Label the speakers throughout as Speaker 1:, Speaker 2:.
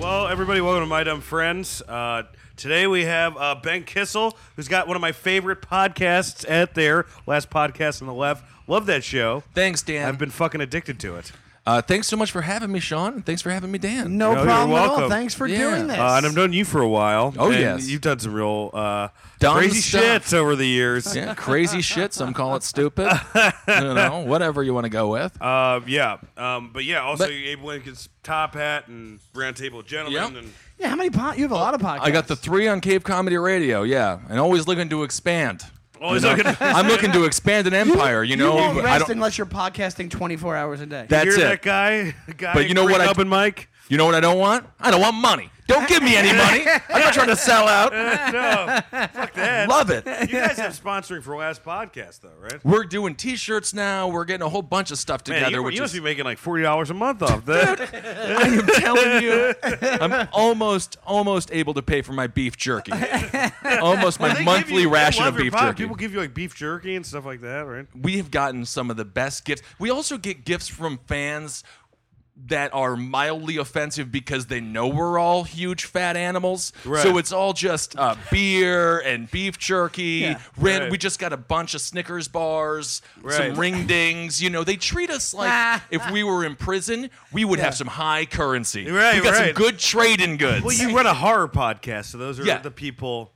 Speaker 1: Well, everybody, welcome to My Dumb Friends. Uh, today we have uh, Ben Kissel, who's got one of my favorite podcasts out there, Last Podcast on the Left. Love that show.
Speaker 2: Thanks, Dan.
Speaker 1: I've been fucking addicted to it.
Speaker 2: uh, thanks so much for having me, Sean. and Thanks for having me, Dan.
Speaker 3: No,
Speaker 1: No, you're
Speaker 3: problem at all.
Speaker 1: welcome.
Speaker 3: Thanks for
Speaker 2: Yeah.
Speaker 3: doing this.
Speaker 1: Uh, and I've known you for a while.
Speaker 2: Oh,
Speaker 1: and
Speaker 2: yes.
Speaker 1: You've done some real uh,
Speaker 2: Dumb
Speaker 1: crazy
Speaker 2: stuff.
Speaker 1: shits over the years.
Speaker 2: Yeah, crazy shit. Some call it stupid. you know, whatever you want to go with.
Speaker 1: Uh, yeah. Um, but yeah, also
Speaker 2: But-
Speaker 1: Abe Lincoln's Top Hat and Round Table of Gentlemen.
Speaker 2: Yep.
Speaker 1: And,
Speaker 3: yeah, how many pod? You have a lot of podcasts.
Speaker 2: I got the three on Cave Comedy Radio. Yeah, and always looking to expand.
Speaker 1: oh, is that gonna-
Speaker 2: I'm looking to expand an empire. You, know,
Speaker 3: won't
Speaker 2: but I
Speaker 3: rest
Speaker 2: don't.
Speaker 3: unless you're podcasting 24 hours a day.
Speaker 2: That's
Speaker 1: hear
Speaker 2: it.
Speaker 1: that guy? guy
Speaker 2: But you know what I-
Speaker 1: Up and Mike?
Speaker 2: You know what I don't want? I don't want money. Don't give me any money. I'm not trying to sell out.
Speaker 1: No. Fuck that.
Speaker 2: Love it.
Speaker 1: You guys have sponsoring for last podcast though, right?
Speaker 2: We're doing T-shirts now. We're getting a whole bunch of stuff
Speaker 1: Man,
Speaker 2: together.
Speaker 1: you,
Speaker 2: which
Speaker 1: you
Speaker 2: is,
Speaker 1: must be making like forty dollars a month off that.
Speaker 2: I am telling you, I'm almost almost able to pay for my beef jerky. Almost my monthly ration of beef jerky.
Speaker 1: People give you like beef jerky and stuff like that, right?
Speaker 2: we have gotten some of the best gifts. We also get gifts from fans that are mildly offensive because they know we're all huge fat animals.
Speaker 1: Right.
Speaker 2: So it's all just uh, beer and beef jerky.
Speaker 3: Yeah.
Speaker 2: Ran-
Speaker 1: Right.
Speaker 2: We just got a bunch of Snickers bars,
Speaker 1: Right.
Speaker 2: some ring dings. You know, they treat us like if we were in prison, we would have some high currency.
Speaker 1: Right,
Speaker 2: we got
Speaker 1: right.
Speaker 2: some good trading goods.
Speaker 1: Well, you run a horror podcast, so those are
Speaker 2: Yeah.
Speaker 1: the people.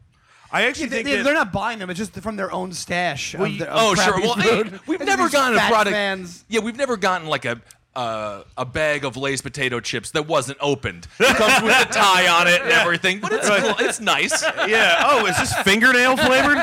Speaker 1: I actually
Speaker 3: They,
Speaker 1: think
Speaker 3: they,
Speaker 1: that-
Speaker 3: are not buying them. It's just from their own stash. of
Speaker 2: We-
Speaker 3: their- of
Speaker 2: oh sure.
Speaker 3: crappy
Speaker 2: Well,
Speaker 3: food.
Speaker 2: hey, we've
Speaker 3: And
Speaker 2: never
Speaker 3: these
Speaker 2: gotten a
Speaker 3: fat
Speaker 2: product.
Speaker 3: Fans.
Speaker 2: Yeah, we've never gotten like a uh, a bag of Lay's potato chips that wasn't opened. It comes with a tie on it and everything, but it's cool. it's nice.
Speaker 1: yeah. Oh, is this fingernail flavored?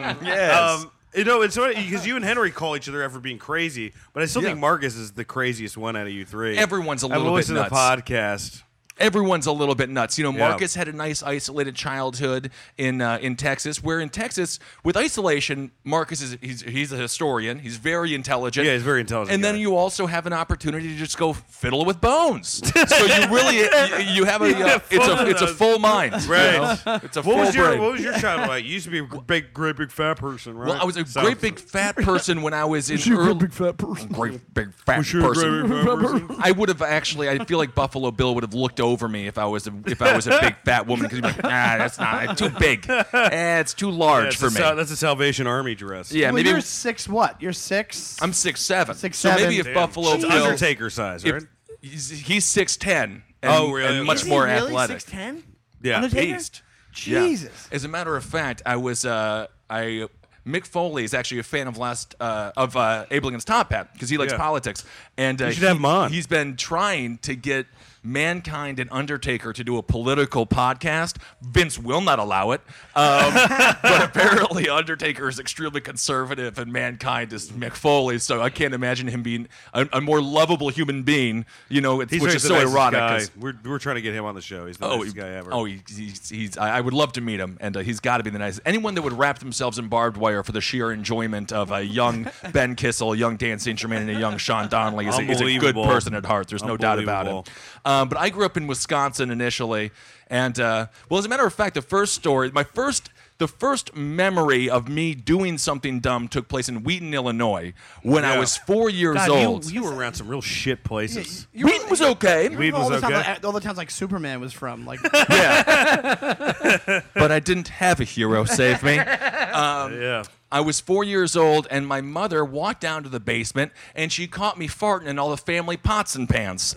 Speaker 2: Yes.
Speaker 1: um, you know, it's because you and Henry call each other after being crazy, but I still
Speaker 2: Yeah.
Speaker 1: think Marcus is the craziest one out of you three.
Speaker 2: Everyone's a
Speaker 1: I've
Speaker 2: little bit
Speaker 1: listened to
Speaker 2: nuts.
Speaker 1: the podcast.
Speaker 2: everyone's a little bit nuts. You know,
Speaker 1: Yeah.
Speaker 2: Marcus had a nice isolated childhood in uh, in Texas. Where in Texas, with isolation, Marcus is he's he's a historian. He's very intelligent.
Speaker 1: Yeah, he's a very intelligent
Speaker 2: And then
Speaker 1: guy.
Speaker 2: you also have an opportunity to just go fiddle with bones. so you really you, you have a uh, it's
Speaker 1: full of
Speaker 2: a it's a
Speaker 1: those.
Speaker 2: full mind. you
Speaker 1: Right.
Speaker 2: know? It's a full
Speaker 1: What was your
Speaker 2: brain.
Speaker 1: What was your childhood like? You used to be a big, great, big fat person, right?
Speaker 2: well, I was a
Speaker 1: So-
Speaker 2: great big fat person when I was in
Speaker 3: You're a
Speaker 2: early
Speaker 3: big fat person.
Speaker 2: great big fat
Speaker 1: Was you a
Speaker 2: person.
Speaker 1: great big fat person?
Speaker 2: I would have actually. I feel like Buffalo Bill would have looked over me if I was a, if I was a big fat woman because he'd be like, nah, that's not it's too big. Eh, it's too large
Speaker 1: That's
Speaker 2: for
Speaker 1: a,
Speaker 2: me.
Speaker 1: Sal- that's a Salvation Army dress.
Speaker 2: yeah,
Speaker 3: well,
Speaker 2: maybe
Speaker 3: you're six. What? You're six.
Speaker 2: I'm six seven.
Speaker 3: Six,
Speaker 2: so
Speaker 3: seven.
Speaker 2: maybe if
Speaker 3: Damn.
Speaker 2: Buffalo
Speaker 1: It's
Speaker 2: Bill,
Speaker 1: Undertaker size,
Speaker 2: if-
Speaker 1: right?
Speaker 2: he's, he's six ten. And,
Speaker 1: Oh, really?
Speaker 2: And
Speaker 1: Is
Speaker 2: much
Speaker 3: Is he
Speaker 2: more
Speaker 3: really
Speaker 2: athletic.
Speaker 3: Six ten.
Speaker 1: Yeah.
Speaker 2: Beast. Yeah.
Speaker 3: Jesus.
Speaker 2: As a matter of fact, I was uh, I Mick Foley is actually a fan of last uh, of uh, Abelingen's Top Hat because he likes
Speaker 1: Yeah.
Speaker 2: politics, and uh,
Speaker 1: should have him on.
Speaker 2: He's been trying to get mankind and Undertaker to do a political podcast. Vince will not allow it, um, but apparently Undertaker is extremely conservative, and mankind is Mick Foley. So I can't imagine him being a, a more lovable human being. You know, it's,
Speaker 1: He's
Speaker 2: which
Speaker 1: the
Speaker 2: is so
Speaker 1: nicest
Speaker 2: ironic.
Speaker 1: guy.
Speaker 2: 'cause-
Speaker 1: We're, we're trying to get him on the show. He's the
Speaker 2: Oh,
Speaker 1: nicest
Speaker 2: he-
Speaker 1: guy ever.
Speaker 2: oh, he- he's, he's I I would love to meet him, and uh, he's got to be the nicest. Anyone that would wrap themselves in barbed wire for the sheer enjoyment of a young Ben Kissel, a young Dan Sinterman, and a young Sean Donnelly is a, is a good
Speaker 1: Unbelievable.
Speaker 2: person at heart. There's no doubt about it. Um, but I grew up in Wisconsin initially, and uh, well, as a matter of fact, the first story, my first. The first memory of me doing something dumb took place in Wheaton, Illinois, when I
Speaker 1: Yeah.
Speaker 2: was four years
Speaker 1: God,
Speaker 2: old.
Speaker 1: You, you were around some real shit places.
Speaker 3: You-
Speaker 2: Wheaton was okay.
Speaker 3: you
Speaker 1: Wheaton
Speaker 3: remember all
Speaker 1: was
Speaker 3: the towns
Speaker 1: okay.
Speaker 3: like- all the towns like Superman was from. Like
Speaker 2: Yeah. but I didn't have a hero save me.
Speaker 1: yeah.
Speaker 2: I was four years old, and my mother walked down to the basement and she caught me farting in all the family pots and pans.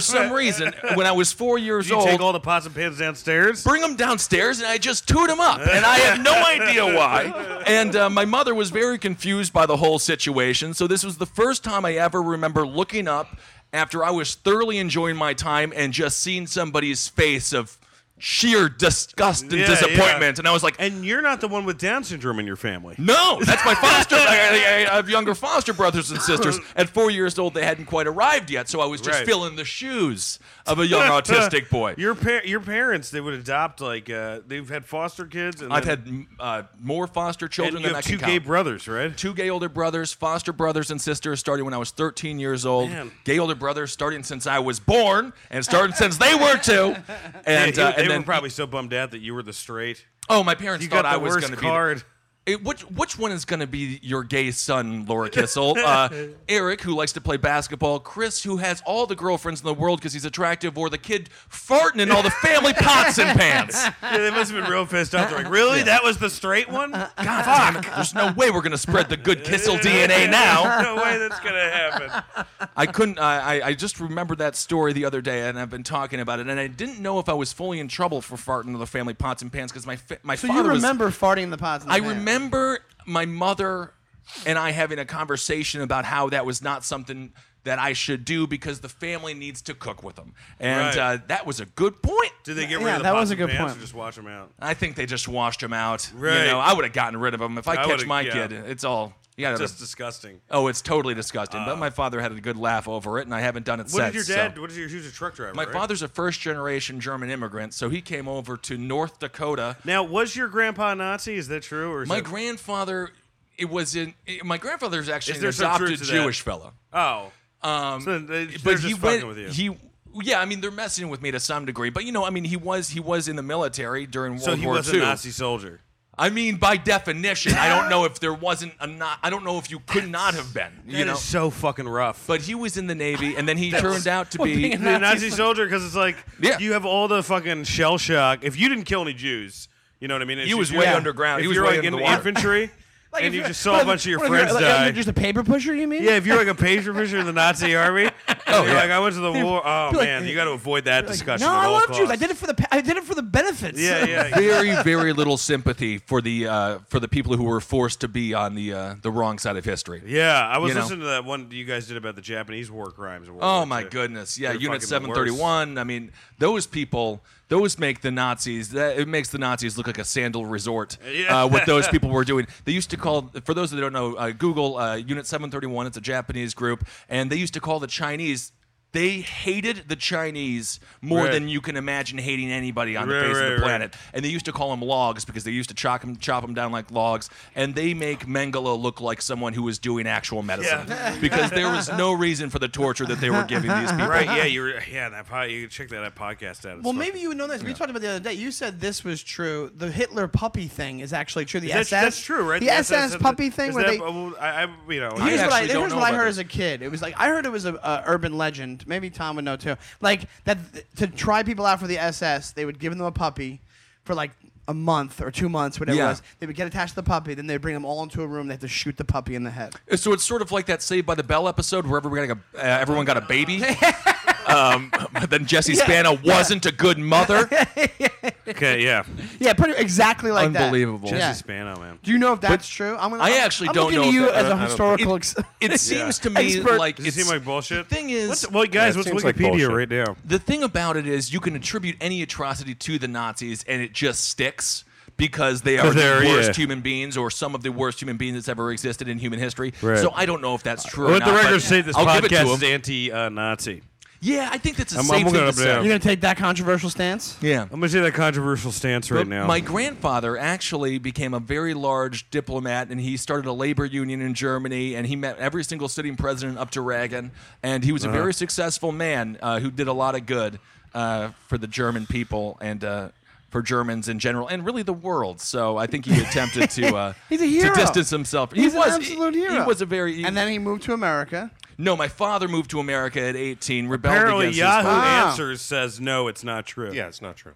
Speaker 2: some reason, when I was four years
Speaker 1: Did Oh, you
Speaker 2: old,
Speaker 1: take all the pots and pans downstairs?
Speaker 2: bring them downstairs and I just toot them up. And I have no idea why. And uh, my mother was very confused by the whole situation. So this was the first time I ever remember looking up after I was thoroughly enjoying my time and just seeing somebody's face of sheer disgust and
Speaker 1: Yeah,
Speaker 2: disappointment.
Speaker 1: yeah.
Speaker 2: And I was like,
Speaker 1: And you're not the one with Down syndrome in your family.
Speaker 2: no, that's my foster. I, I, I have younger foster brothers and sisters. At four years old, they hadn't quite arrived yet, so I was just
Speaker 1: Right.
Speaker 2: filling the shoes of a young autistic boy.
Speaker 1: Your par- your parents they would adopt like uh, they've had foster kids. And
Speaker 2: I've
Speaker 1: then-
Speaker 2: had mm, uh, more foster
Speaker 1: and
Speaker 2: children
Speaker 1: you
Speaker 2: than I
Speaker 1: have
Speaker 2: can
Speaker 1: two
Speaker 2: count.
Speaker 1: gay brothers, right?
Speaker 2: two gay older brothers, foster brothers and sisters, starting when I was 13 years old.
Speaker 1: Man.
Speaker 2: Gay older brothers starting since I was born, and starting since they were too. And,
Speaker 1: they
Speaker 2: uh,
Speaker 1: they were
Speaker 2: and then,
Speaker 1: probably so bummed out that you were the straight.
Speaker 2: oh, my parents
Speaker 1: You
Speaker 2: thought
Speaker 1: got the
Speaker 2: I was
Speaker 1: worst
Speaker 2: going to be.
Speaker 1: card.
Speaker 2: It, which which one is going to be your gay son, Laura Kissel? Uh, Eric, who likes to play basketball, Chris, who has all the girlfriends in the world because he's attractive, or the kid farting in all the family pots and pans.
Speaker 1: Yeah, they must have been real pissed off. They're like, really? That was the straight one?
Speaker 2: God damn it! There's no way we're going to spread the good Kissel DNA now.
Speaker 1: no way that's going to happen.
Speaker 2: I couldn't. I, I I just remembered that story the other day, and I've been talking about it, and I didn't know if I was fully in trouble for farting in the family pots and pans because my fa- my
Speaker 3: So you
Speaker 2: father was.
Speaker 3: remember farting in the pots? in the
Speaker 2: I
Speaker 3: pan.
Speaker 2: remember my mother and I having a conversation about how that was not something that I should do because the family needs to cook with them,
Speaker 1: Right.
Speaker 2: and uh, that was a good point.
Speaker 1: Did they get rid
Speaker 3: Yeah,
Speaker 1: of the
Speaker 3: that
Speaker 1: pots
Speaker 3: was a
Speaker 1: and
Speaker 3: good
Speaker 1: pans
Speaker 3: point.
Speaker 1: or just wash them out?
Speaker 2: I think they just washed him out.
Speaker 1: Right.
Speaker 2: You know, I would have gotten rid of him if I,
Speaker 1: I
Speaker 2: catch
Speaker 1: would've-
Speaker 2: my
Speaker 1: yeah.
Speaker 2: kid. It's all. Yeah,
Speaker 1: Just disgusting.
Speaker 2: oh, it's totally disgusting. but my father had a good laugh over it, and I haven't done it
Speaker 1: What
Speaker 2: since.
Speaker 1: did your
Speaker 2: so-
Speaker 1: dad? What is your? He was a truck driver.
Speaker 2: My
Speaker 1: right?
Speaker 2: father's a first generation German immigrant, so he came over to North Dakota.
Speaker 1: Now, was your grandpa Nazi? Is that true? Or is
Speaker 2: My
Speaker 1: that-
Speaker 2: grandfather, it was in. It, my grandfather's actually
Speaker 1: Is
Speaker 2: an
Speaker 1: there some truth
Speaker 2: adopted
Speaker 1: to that?
Speaker 2: Jewish fella.
Speaker 1: Oh,
Speaker 2: Um,
Speaker 1: So they- they're
Speaker 2: but
Speaker 1: just
Speaker 2: he
Speaker 1: fucking
Speaker 2: went.
Speaker 1: with you.
Speaker 2: He. Yeah, I mean they're messing with me to some degree, but you know, I mean he was he was in the military during
Speaker 1: so
Speaker 2: World
Speaker 1: he
Speaker 2: War
Speaker 1: was
Speaker 2: II.
Speaker 1: a Nazi soldier.
Speaker 2: I mean, by definition, I don't know if there wasn't a not. I don't know if you could not have been.
Speaker 1: That
Speaker 2: You
Speaker 1: is
Speaker 2: know,
Speaker 1: so fucking rough.
Speaker 2: but he was in the navy, and then he turned out to
Speaker 3: Well,
Speaker 2: be.
Speaker 3: being a
Speaker 1: the
Speaker 3: Nazi
Speaker 1: Nazi soldier, because it's like
Speaker 2: Yeah.
Speaker 1: you have all the fucking shell shock. If you didn't kill any Jews, you know what I mean. If
Speaker 2: He
Speaker 1: you-
Speaker 2: was
Speaker 1: if
Speaker 2: way
Speaker 1: you're-
Speaker 2: underground.
Speaker 1: If
Speaker 2: He was
Speaker 1: you're
Speaker 2: way
Speaker 1: like in
Speaker 2: under
Speaker 1: the
Speaker 2: the water.
Speaker 1: infantry,
Speaker 3: Like,
Speaker 1: and
Speaker 3: if
Speaker 1: you
Speaker 3: you're-
Speaker 1: just saw
Speaker 3: what
Speaker 1: a
Speaker 3: if-
Speaker 1: bunch of your
Speaker 3: what if you're-
Speaker 1: friends
Speaker 3: like, oh,
Speaker 1: die.
Speaker 3: You're just a paper pusher, you mean?
Speaker 1: yeah, if you're like a pager pusher in the Nazi army, and you're
Speaker 2: yeah.
Speaker 1: like, I went to the war. Oh
Speaker 3: be like-
Speaker 1: man, you got to avoid that discussion.
Speaker 3: No,
Speaker 1: at
Speaker 3: I
Speaker 1: all
Speaker 3: love
Speaker 1: costs.
Speaker 3: Jews. I did it for the. pa- I did it for the benefits.
Speaker 1: Yeah, yeah.
Speaker 2: very very little sympathy for the uh, for the people who were forced to be on the uh, the wrong side of history.
Speaker 1: Yeah, I was
Speaker 2: You know.
Speaker 1: listening to that one you guys did about the Japanese war crimes. in World
Speaker 2: Oh
Speaker 1: War
Speaker 2: my
Speaker 1: II.
Speaker 2: goodness! Yeah,
Speaker 1: They're
Speaker 2: Unit
Speaker 1: fucking the
Speaker 2: Seven
Speaker 1: worst.
Speaker 2: Thirty One. I mean, those people, those make the Nazis. That it makes the Nazis look like a sandal resort.
Speaker 1: Yeah.
Speaker 2: Uh, what those people were doing. They used to call, for those that don't know, uh, Google uh, Unit Seven Thirty One. It's a Japanese group, and they used to call the Chinese. They hated the Chinese more
Speaker 1: Right.
Speaker 2: than you can imagine hating anybody on
Speaker 1: Right,
Speaker 2: the face
Speaker 1: right,
Speaker 2: of
Speaker 1: right.
Speaker 2: the planet. And they used to call them logs because they used to chop them, chop them down like logs. And they make Mengele look like someone who was doing actual medicine
Speaker 1: Yeah.
Speaker 2: because there was no reason for the torture that they were giving these people.
Speaker 1: Right? Yeah, you were. Yeah, that pod, you check that podcast out. It's
Speaker 3: Well,
Speaker 1: fucking-
Speaker 3: maybe you would know this. We talked about it the other day. You said this was true. The Hitler puppy thing is actually true. The
Speaker 1: That's,
Speaker 3: SS.
Speaker 1: that's true, right?
Speaker 3: The,
Speaker 1: The
Speaker 3: SS,
Speaker 1: had the-
Speaker 3: puppy thing
Speaker 1: is
Speaker 3: where
Speaker 1: that-
Speaker 3: they.
Speaker 1: well, I, I, you know,
Speaker 2: I
Speaker 1: I-
Speaker 3: Here's what I,
Speaker 2: actually don't
Speaker 3: here's
Speaker 2: know
Speaker 3: what I
Speaker 2: about
Speaker 3: heard
Speaker 2: this.
Speaker 3: as a kid. It was like I heard it was a, a urban legend. Maybe Tom would know too. Like that th- to try people out for the SS, they would give them a puppy for like a month or two months, whatever
Speaker 2: Yeah.
Speaker 3: it was. They would get attached to the puppy, then they'd bring them all into a room. They have to shoot the puppy in the head.
Speaker 2: So it's sort of like that Saved by the Bell episode where everybody got a, uh, everyone got a baby. um, but then Jesse Spano wasn't a good mother.
Speaker 1: okay, yeah,
Speaker 3: Yeah, pretty exactly like that.
Speaker 2: Unbelievable.
Speaker 1: Jesse
Speaker 3: Yeah.
Speaker 1: Spano, man.
Speaker 3: Do you know if that's true? I'm gonna,
Speaker 2: I
Speaker 3: I'm-
Speaker 2: actually
Speaker 3: I'm
Speaker 2: don't
Speaker 3: looking
Speaker 2: know
Speaker 3: to
Speaker 2: if
Speaker 3: you
Speaker 2: that- I
Speaker 3: as
Speaker 2: don't-
Speaker 3: a
Speaker 2: I don't-
Speaker 3: historical. ex-
Speaker 2: It seems to me
Speaker 3: Expert.
Speaker 2: like
Speaker 1: Does it
Speaker 2: it's
Speaker 1: seem like bullshit?
Speaker 2: The thing is,
Speaker 1: What's, well, guys,
Speaker 4: it
Speaker 1: what's
Speaker 4: seems like
Speaker 1: Wikipedia
Speaker 4: bullshit.
Speaker 1: right now?
Speaker 2: the thing about it is you can attribute any atrocity to the Nazis and it just sticks because they are
Speaker 1: they're-
Speaker 2: the worst
Speaker 1: yeah.
Speaker 2: human beings or some of the worst human beings that's ever existed in human history.
Speaker 1: Right.
Speaker 2: So I don't know if that's true. or
Speaker 1: Let the
Speaker 2: not, but
Speaker 1: record say this
Speaker 2: I'll give it to
Speaker 1: podcast is uh,
Speaker 2: them.
Speaker 1: anti-Nazi.
Speaker 2: Yeah, I think that's a
Speaker 1: I'm-
Speaker 2: safe
Speaker 1: I'm
Speaker 2: thing
Speaker 1: gonna
Speaker 2: to say.
Speaker 1: blame.
Speaker 3: You're gonna take that controversial stance?
Speaker 2: Yeah.
Speaker 1: I'm gonna say that controversial stance right
Speaker 2: But
Speaker 1: now.
Speaker 2: My grandfather actually became a very large diplomat, and he started a labor union in Germany, and he met every single sitting president up to Reagan, and he was
Speaker 3: Uh-huh.
Speaker 2: a very successful man uh, who did a lot of good uh, for the German people and. Uh, for Germans in general, and really the world. So I think he attempted to uh,
Speaker 3: He's a hero.
Speaker 2: to distance himself.
Speaker 3: He's
Speaker 2: he was
Speaker 3: an absolute
Speaker 2: he,
Speaker 3: hero.
Speaker 2: He was a very e-
Speaker 3: And then he moved to America.
Speaker 2: no. My father moved to America at eighteen. Rebelled
Speaker 1: Apparently,
Speaker 2: against
Speaker 1: Yahoo Ah.
Speaker 2: his father.
Speaker 3: Wow.
Speaker 1: Answers says no, it's not true.
Speaker 4: Yeah, it's not true.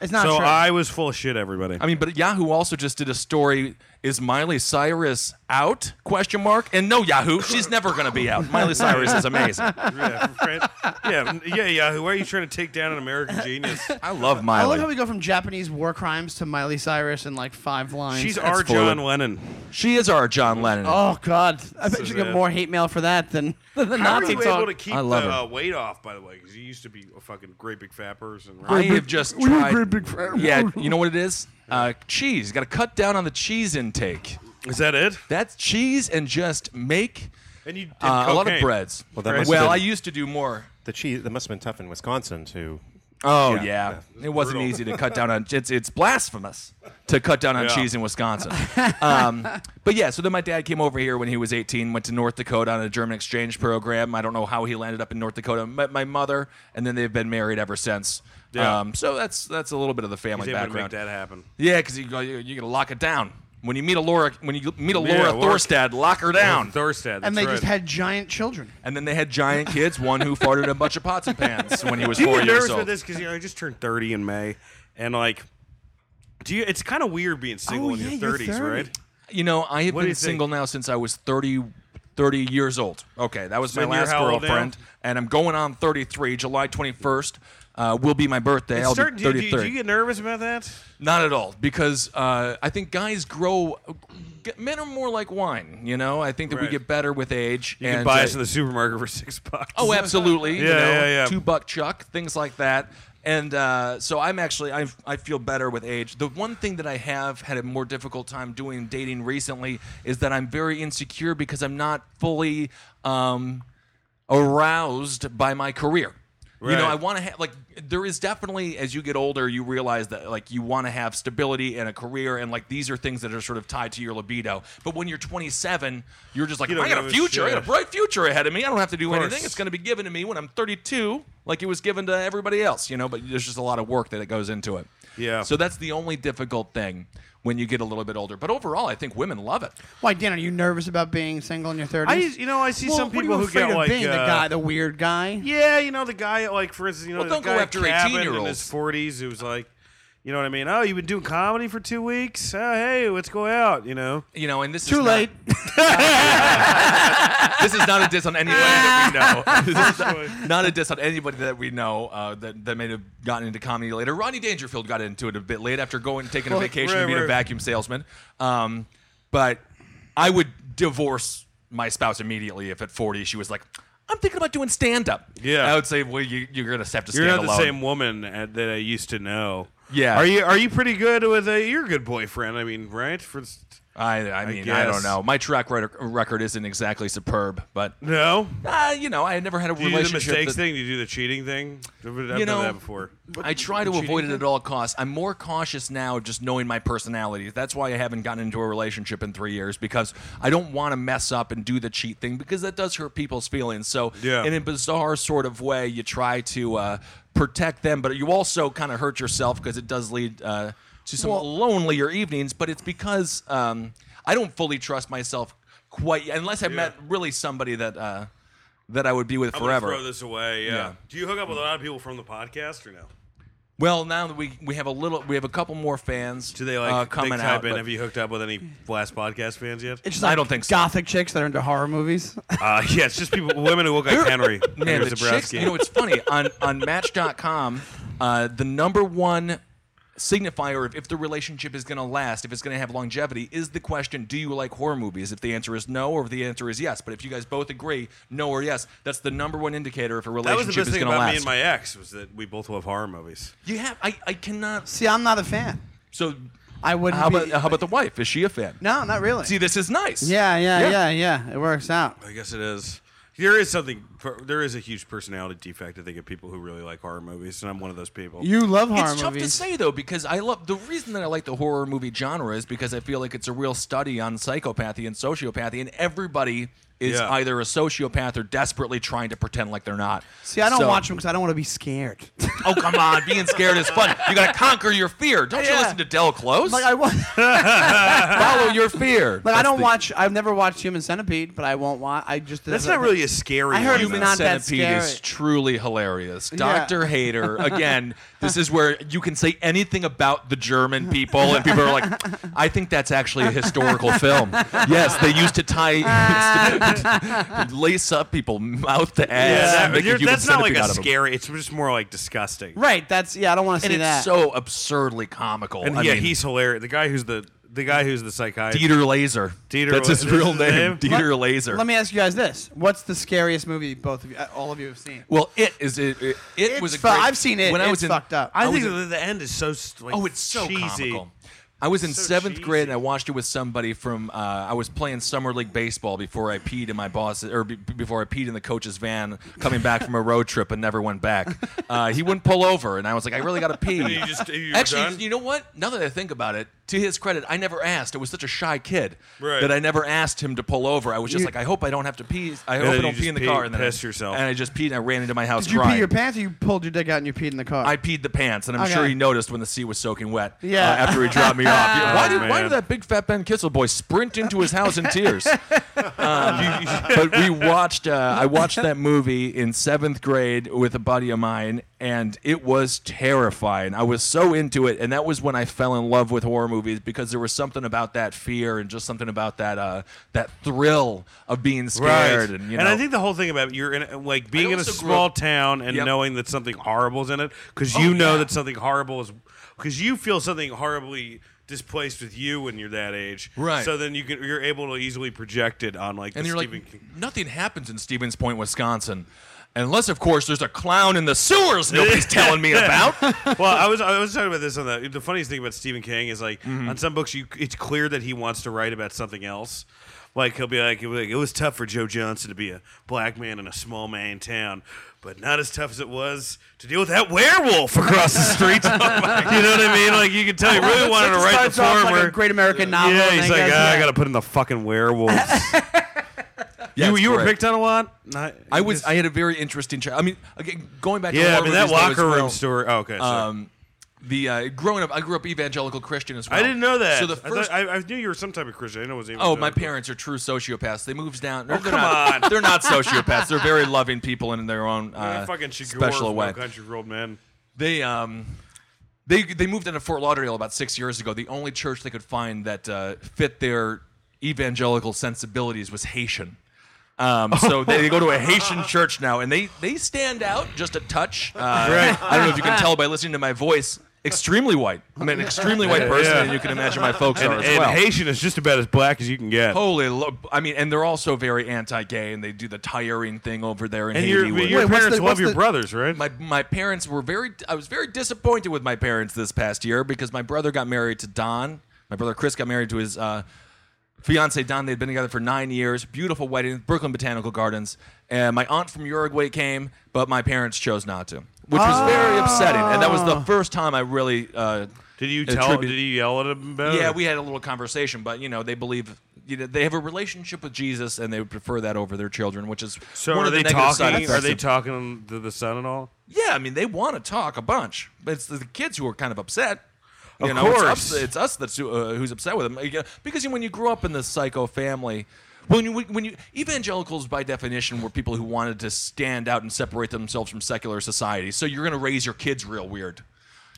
Speaker 3: It's not
Speaker 1: So
Speaker 3: true.
Speaker 1: I was full of shit, everybody.
Speaker 2: I mean, but Yahoo also just did a story. Is Miley Cyrus out? Question mark. And no, Yahoo, she's never going to be out. Miley Cyrus is amazing.
Speaker 1: yeah, Fran- yeah, yeah, Yahoo. Why are you trying to take down an American genius?
Speaker 2: I love
Speaker 3: I love how
Speaker 2: Miley.
Speaker 3: we go from Japanese war crimes to Miley Cyrus in like five lines.
Speaker 1: She's our
Speaker 2: fluid.
Speaker 1: John Lennon.
Speaker 2: She is our John Lennon.
Speaker 3: oh god, I bet you
Speaker 1: is
Speaker 3: get
Speaker 1: it.
Speaker 3: more hate mail for that than than the
Speaker 1: How are
Speaker 3: Nazi
Speaker 1: you
Speaker 3: talk.
Speaker 1: able to keep
Speaker 2: I love
Speaker 1: the
Speaker 2: her.
Speaker 1: uh, weight off, by the way? Because you used to be a fucking great big fat person.
Speaker 2: I
Speaker 1: Right?
Speaker 2: have just
Speaker 3: We were
Speaker 2: tried.
Speaker 3: great big friends.
Speaker 2: Yeah, you know what it is? Uh, cheese. Got to cut down on the cheese intake.
Speaker 1: Is that it?
Speaker 2: That's cheese and just make
Speaker 1: And you did
Speaker 2: uh, a lot of
Speaker 1: cocaine.
Speaker 2: breads.
Speaker 4: Well, that must have
Speaker 2: Well,
Speaker 4: been-
Speaker 2: I used to do more.
Speaker 4: The cheese that must have been tough in Wisconsin to.
Speaker 2: Oh yeah,
Speaker 4: Yeah.
Speaker 2: it wasn't
Speaker 1: Brutal.
Speaker 2: easy to cut down on. It's it's blasphemous to cut down on
Speaker 1: Yeah.
Speaker 2: cheese in Wisconsin. Um, but yeah, so then my dad came over here when he was 18, went to North Dakota on a German exchange program. I don't know how he landed up in North Dakota. Met my mother, and then they've been married ever since.
Speaker 1: Yeah.
Speaker 2: Um, so that's that's a little bit of the family
Speaker 1: He's able to make
Speaker 2: background.
Speaker 1: that happen.
Speaker 2: Yeah, because you go, you, you gotta lock it down. When you meet a Laura, when you meet a
Speaker 1: Yeah,
Speaker 2: Laura
Speaker 1: Laura-
Speaker 2: Thorstad, lock her down.
Speaker 1: Thorstad.
Speaker 3: and
Speaker 1: that's
Speaker 3: they
Speaker 1: right.
Speaker 3: just had giant children.
Speaker 2: And then they had giant kids, one who farted in a bunch of pots and pans when he was
Speaker 1: Do you
Speaker 2: four
Speaker 1: get nervous
Speaker 2: years
Speaker 1: with
Speaker 2: old.
Speaker 1: this because you know I just turned thirty in May, and like, do you? It's kind of weird being single
Speaker 3: Oh,
Speaker 1: in
Speaker 3: yeah,
Speaker 1: your
Speaker 3: you're
Speaker 1: thirties,
Speaker 3: 30.
Speaker 1: right?
Speaker 2: You know, I have
Speaker 1: What do
Speaker 2: been
Speaker 1: you think?
Speaker 2: single now since I was 30, 30 years old. Okay, that was
Speaker 1: So
Speaker 2: my
Speaker 1: you're
Speaker 2: last
Speaker 1: how old now?
Speaker 2: girlfriend, and I'm going on 33. July 21st uh, will be my birthday. I'll
Speaker 1: Start,
Speaker 2: be
Speaker 1: do,
Speaker 2: 33.
Speaker 1: do, do you get nervous about that?
Speaker 2: Not at all, because uh, I think guys grow. g- Men are more like wine, you know. I think that we
Speaker 1: Right.
Speaker 2: get better with age.
Speaker 1: You
Speaker 2: and,
Speaker 1: can buy
Speaker 2: uh,
Speaker 1: us in the supermarket for six bucks.
Speaker 2: Oh, absolutely. you
Speaker 1: Yeah,
Speaker 2: know,
Speaker 1: yeah, yeah.
Speaker 2: Two buck chuck, things like that. And uh, so I'm actually I I feel better with age. The one thing that I have had a more difficult time doing dating recently is that I'm very insecure because I'm not fully um, aroused by my career. You know,
Speaker 1: Right.
Speaker 2: I want to have like there is definitely as you get older, you realize that like you want to have stability and a career, and like these are things that are sort of tied to your libido. But when you're 27, you're just like,
Speaker 1: You don't
Speaker 2: I got
Speaker 1: give
Speaker 2: a
Speaker 1: a
Speaker 2: future, I got a
Speaker 1: shit."
Speaker 2: bright future ahead of me. I don't have to do
Speaker 1: course.
Speaker 2: anything. It's going to be given to me when I'm 32, like it was given to everybody else, you know. But there's just a lot of work that it goes into it.
Speaker 1: Yeah.
Speaker 2: So that's the only difficult thing when you get a little bit older. But overall, I think women love it.
Speaker 3: Why, Dan? Are you nervous about being single in your
Speaker 1: I
Speaker 3: thirties?
Speaker 1: just- you know I see
Speaker 3: well,
Speaker 1: some
Speaker 3: what are
Speaker 1: people
Speaker 3: you
Speaker 1: who
Speaker 3: afraid
Speaker 1: get
Speaker 3: of
Speaker 1: like
Speaker 3: being the
Speaker 1: uh,
Speaker 3: guy, the weird guy.
Speaker 1: Yeah, you know the guy like for instance, you know
Speaker 2: Well,
Speaker 1: the
Speaker 2: don't go
Speaker 1: guy
Speaker 2: after
Speaker 1: Cabin
Speaker 2: 18-year-olds.
Speaker 1: in his forties who was like, you know what I mean? Oh, you've been doing comedy for two weeks. Oh, hey, let's go out. You know,
Speaker 2: You know, and this
Speaker 3: Too
Speaker 2: is not-
Speaker 3: late.
Speaker 2: this is not a diss on anyone that we know. This is
Speaker 1: Sorry.
Speaker 2: not, not a diss on anybody that we know uh, that, that may have gotten into comedy later. Ronnie Dangerfield got into it a bit late after going taking a
Speaker 1: Well,
Speaker 2: vacation
Speaker 1: right,
Speaker 2: to meet a
Speaker 1: right.
Speaker 2: vacuum salesman. Um, but I would divorce my spouse immediately if at 40 she was like, I'm thinking about doing stand up.
Speaker 1: Yeah.
Speaker 2: I would say, well, you, you're going to have to
Speaker 1: you're
Speaker 2: stand
Speaker 1: not
Speaker 2: alone.
Speaker 1: the same woman uh, that I used to know.
Speaker 2: Yeah.
Speaker 1: Are you Are you pretty good with a? You're a good boyfriend. I mean, right? For s-
Speaker 2: I, I mean, I,
Speaker 1: guess.
Speaker 2: don't know. My track record, record isn't exactly superb, but,
Speaker 1: no.
Speaker 2: uh, you know, I had never had a
Speaker 1: Do you do the
Speaker 2: relationship.
Speaker 1: mistakes
Speaker 2: that-
Speaker 1: thing? Do you do the cheating thing? I've done
Speaker 2: know,
Speaker 1: that before.
Speaker 2: I try to avoid it at all costs. I'm more cautious now, just knowing my personality. That's why I haven't gotten into a relationship in three years because I don't want to mess up and do the cheat thing because that does hurt people's feelings. So,
Speaker 1: Yeah.
Speaker 2: in a bizarre sort of way, you try to uh, protect them, but you also kind of hurt yourself because it does lead uh, to some lonelier evenings. But it's because um, I don't fully trust myself quite unless I met really somebody that uh, that I would be with
Speaker 1: I'm
Speaker 2: forever.
Speaker 1: gonna throw this away. Yeah.
Speaker 2: Yeah.
Speaker 1: Do you hook up with a lot of people from the podcast or no?
Speaker 2: Well, now that we we have a little, we have a couple more fans.
Speaker 1: Do they like
Speaker 2: uh,
Speaker 1: they
Speaker 2: coming
Speaker 1: type
Speaker 2: out?
Speaker 1: in?
Speaker 2: but-
Speaker 1: Have you hooked up with any last podcast fans yet?
Speaker 3: It's just
Speaker 2: I
Speaker 3: like
Speaker 2: don't think so.
Speaker 3: gothic chicks that are into horror movies.
Speaker 1: Uh, yeah, it's just people, women who look like Henry.
Speaker 2: Man,
Speaker 1: Henry
Speaker 2: the chicks,
Speaker 1: Zebrowski.
Speaker 2: you know, it's funny on on Match.com, uh, the number one signifier of if the relationship is going to last, if it's going to have longevity, is the question: Do you like horror movies? If the answer is no, or if the answer is yes, but if you guys both agree no or yes, that's the number one indicator if a
Speaker 1: that was the
Speaker 2: relationship
Speaker 1: best
Speaker 2: is
Speaker 1: thing
Speaker 2: going to
Speaker 1: about
Speaker 2: last.
Speaker 1: me and my ex was that we both love horror movies.
Speaker 2: you have, I, I cannot.
Speaker 3: See, I'm not a fan.
Speaker 2: So,
Speaker 3: I wouldn't.
Speaker 2: how
Speaker 3: be,
Speaker 2: about how about the wife? Is she a fan?
Speaker 3: No, not really.
Speaker 2: See, this is nice.
Speaker 3: yeah, yeah,
Speaker 2: Yeah.
Speaker 3: yeah, yeah, It works out.
Speaker 1: I guess it is. There is something. There is a huge personality defect. I think of people who really like horror movies, and I'm one of those people.
Speaker 3: You love horror
Speaker 2: it's
Speaker 3: movies.
Speaker 2: tough to say though because I love the reason that I like the horror movie genre is because I feel like it's a real study on psychopathy and sociopathy, and everybody is
Speaker 1: Yeah.
Speaker 2: either a sociopath or desperately trying to pretend like they're not.
Speaker 3: See, I don't
Speaker 2: So-
Speaker 3: watch them because I don't want to be scared.
Speaker 2: Oh come on, being scared is fun. You gotta conquer your fear. Don't you
Speaker 3: Yeah.
Speaker 2: listen to Del Close?
Speaker 3: like I want.
Speaker 2: Follow your fear.
Speaker 3: Like I
Speaker 2: That's
Speaker 3: don't
Speaker 2: the-
Speaker 3: watch. I've never watched Human Centipede, but I won't watch. I just
Speaker 1: That's not really a scary.
Speaker 3: I heard
Speaker 1: one,
Speaker 2: Human
Speaker 1: though.
Speaker 3: not that
Speaker 2: Centipede is
Speaker 3: scary.
Speaker 2: truly hilarious. Dr. Hater, again, this is where you can say anything about the German people, and people are like, I think that's actually a historical film. Yes, they used to tie, lace up people mouth to
Speaker 1: Yeah,
Speaker 2: ass.
Speaker 1: that-
Speaker 2: and make a
Speaker 1: you're-
Speaker 2: Human
Speaker 1: that's not like
Speaker 2: Centipede
Speaker 1: a
Speaker 2: out of 'em.
Speaker 1: scary. It's just more like disgusting.
Speaker 3: right. That's yeah. I don't want to
Speaker 2: And
Speaker 3: see
Speaker 2: it's
Speaker 3: that.
Speaker 2: so absurdly comical.
Speaker 1: And
Speaker 2: I
Speaker 1: yeah,
Speaker 2: mean,
Speaker 1: he's hilarious. The guy who's the the guy who's the psychiatrist.
Speaker 2: Dieter Laser.
Speaker 1: Dieter
Speaker 2: that's
Speaker 1: La-
Speaker 2: his real
Speaker 1: is his
Speaker 2: name.
Speaker 1: name?
Speaker 2: Dieter Laser.
Speaker 3: Let me ask you guys this: What's the scariest movie both of you, uh, all of you, have seen?
Speaker 2: well, it is. It, it, it
Speaker 3: It's
Speaker 2: was a
Speaker 3: fu-
Speaker 2: great.
Speaker 3: I've seen it.
Speaker 2: When I
Speaker 3: It's
Speaker 2: was in,
Speaker 3: fucked up.
Speaker 1: I,
Speaker 2: was
Speaker 1: think
Speaker 2: in-
Speaker 1: the, the end is so s- like,
Speaker 2: Oh, it's so
Speaker 1: cheesy.
Speaker 2: comical. I was in
Speaker 1: So
Speaker 2: seventh grade and I
Speaker 1: cheesy.
Speaker 2: watched it with somebody from. Uh, I was playing summer league baseball before I peed in my boss or be, before I peed in the coach's van coming back from a road trip and never went back. Uh, he wouldn't pull over, and I was like, I really got to pee.
Speaker 1: you just- you were
Speaker 2: Actually,
Speaker 1: done?
Speaker 2: you know what? Now that I think about it, to his credit, I never asked. I was such a shy kid
Speaker 1: Right.
Speaker 2: that I never asked him to pull over. I was just like, I hope I don't have to pee. I hope
Speaker 1: then
Speaker 2: I
Speaker 1: you
Speaker 2: don't pee
Speaker 1: just
Speaker 2: in the
Speaker 1: pee-
Speaker 2: car. And then I-
Speaker 1: piss yourself.
Speaker 2: And I just peed and I ran into my house
Speaker 3: Did you
Speaker 2: crying.
Speaker 3: pee your pants or you pulled your dick out and you peed in the car?
Speaker 2: I peed the pants, and I'm
Speaker 3: Okay.
Speaker 2: sure he noticed when the sea was soaking wet. uh,
Speaker 3: Yeah.
Speaker 2: after he dropped me off, Yeah, why
Speaker 1: Oh,
Speaker 2: did why
Speaker 1: man.
Speaker 2: did that big fat Ben Kissel boy sprint into his house in tears? Um, but we watched. Uh, I watched that movie in seventh grade with a buddy of mine, and it was terrifying. I was so into it, and that was when I fell in love with horror movies because there was something about that fear and just something about that uh, that thrill of being scared. And you know,
Speaker 1: I think the whole thing about you're in like being in a
Speaker 2: also grew
Speaker 1: small
Speaker 2: up-
Speaker 1: town and
Speaker 2: Yep.
Speaker 1: knowing that something horrible's in it because you
Speaker 2: Oh,
Speaker 1: know
Speaker 2: yeah.
Speaker 1: that something horrible is because you feel something horribly displaced with you when you're that age.
Speaker 2: Right.
Speaker 1: So then you can you're able to easily project it on like
Speaker 2: and
Speaker 1: the
Speaker 2: you're
Speaker 1: Stephen
Speaker 2: like,
Speaker 1: King.
Speaker 2: nothing happens in Stevens Point, Wisconsin, unless of course there's a clown in the sewers nobody's telling me about.
Speaker 1: well, I was I was talking about this on the the funniest thing about Stephen King is like
Speaker 3: Mm-hmm.
Speaker 1: on some books you it's clear that he wants to write about something else. Like he'll be like, he'll be like, it was tough for Joe Johnson to be a black man in a small man town, but not as tough as it was to deal with that werewolf across the street. you know what I mean? Like you can tell he really
Speaker 3: That's-
Speaker 1: wanted to
Speaker 3: that
Speaker 1: write the
Speaker 3: starts off
Speaker 1: form
Speaker 3: like
Speaker 1: where
Speaker 3: a great American novel.
Speaker 1: yeah,
Speaker 3: and
Speaker 1: he's
Speaker 3: then
Speaker 1: like,
Speaker 3: goes,
Speaker 1: "Ah, I
Speaker 3: yeah.
Speaker 1: gotta put in the fucking werewolves. you
Speaker 2: it's
Speaker 1: you were
Speaker 2: correct.
Speaker 1: picked on a lot. Not-
Speaker 2: I was
Speaker 1: just-
Speaker 2: I had a very interesting child. I mean, again, going back to
Speaker 1: yeah, I
Speaker 2: horror
Speaker 1: mean that
Speaker 2: movies, though, as
Speaker 1: locker room
Speaker 2: well,
Speaker 1: story. Oh, okay, sorry.
Speaker 2: Um, the uh, growing up, I grew up evangelical Christian as well.
Speaker 1: I didn't know that.
Speaker 2: So the
Speaker 1: I
Speaker 2: first
Speaker 1: thought- I, I knew you were some type of Christian. I didn't know it was
Speaker 2: Oh, my
Speaker 1: evangelical.
Speaker 2: parents are true sociopaths. They moved down. they're
Speaker 1: come
Speaker 2: not, on. They're not sociopaths. They're very loving people in their own
Speaker 1: Man,
Speaker 2: uh,
Speaker 1: fucking Chigurh
Speaker 2: special
Speaker 1: from
Speaker 2: way.
Speaker 1: No Country for Old Men.
Speaker 2: they um they they moved into Fort Lauderdale about six years ago. The only church they could find that uh, fit their evangelical sensibilities was Haitian. Um, so
Speaker 1: Oh.
Speaker 2: they go to a Haitian church now, and they they stand out just a touch. Uh, I don't know if you can tell by listening to my voice. Extremely white. I'm an extremely white person,
Speaker 1: Yeah.
Speaker 2: and you can imagine my folks are as
Speaker 1: and
Speaker 2: well.
Speaker 1: Haitian is just about as black as you can get.
Speaker 2: Holy, lo- I mean, and they're also very anti-gay, and they do the tiring thing over there in
Speaker 1: and
Speaker 2: Haiti.
Speaker 1: your,
Speaker 2: where-
Speaker 1: your
Speaker 3: Wait, what's
Speaker 1: parents
Speaker 3: the-
Speaker 1: love
Speaker 3: what's
Speaker 1: your
Speaker 3: the-
Speaker 1: brothers, right?
Speaker 2: my my parents were very I was very disappointed with my parents this past year because my brother got married to Don. My brother Chris got married to his uh fiance Don. They'd been together for 9 years. Beautiful wedding, Brooklyn Botanical Gardens. And my aunt from Uruguay came, but my parents chose not to, which was very
Speaker 1: Ah.
Speaker 2: upsetting. And that was the first time I really uh
Speaker 1: did you tell?
Speaker 2: attribute-
Speaker 1: Did you yell at him about? it?
Speaker 2: yeah, we had a little conversation, but you know, they believe you know, they have a relationship with Jesus and they would prefer that over their children, which is
Speaker 1: So
Speaker 2: one
Speaker 1: are
Speaker 2: of the
Speaker 1: they
Speaker 2: negative side
Speaker 1: talking? Are
Speaker 2: effects
Speaker 1: they
Speaker 2: of-
Speaker 1: talking to the son at all?
Speaker 2: yeah, I mean, they want to talk a bunch, but it's the kids who are kind of upset. You
Speaker 1: Of
Speaker 2: know, it's
Speaker 1: course.
Speaker 2: ups- it's, us that's uh, who's upset with them Like, uh, because when you grew up in the psycho family. When you, when you evangelicals by definition were people who wanted to stand out and separate themselves from secular society, so you're going to raise your kids real weird,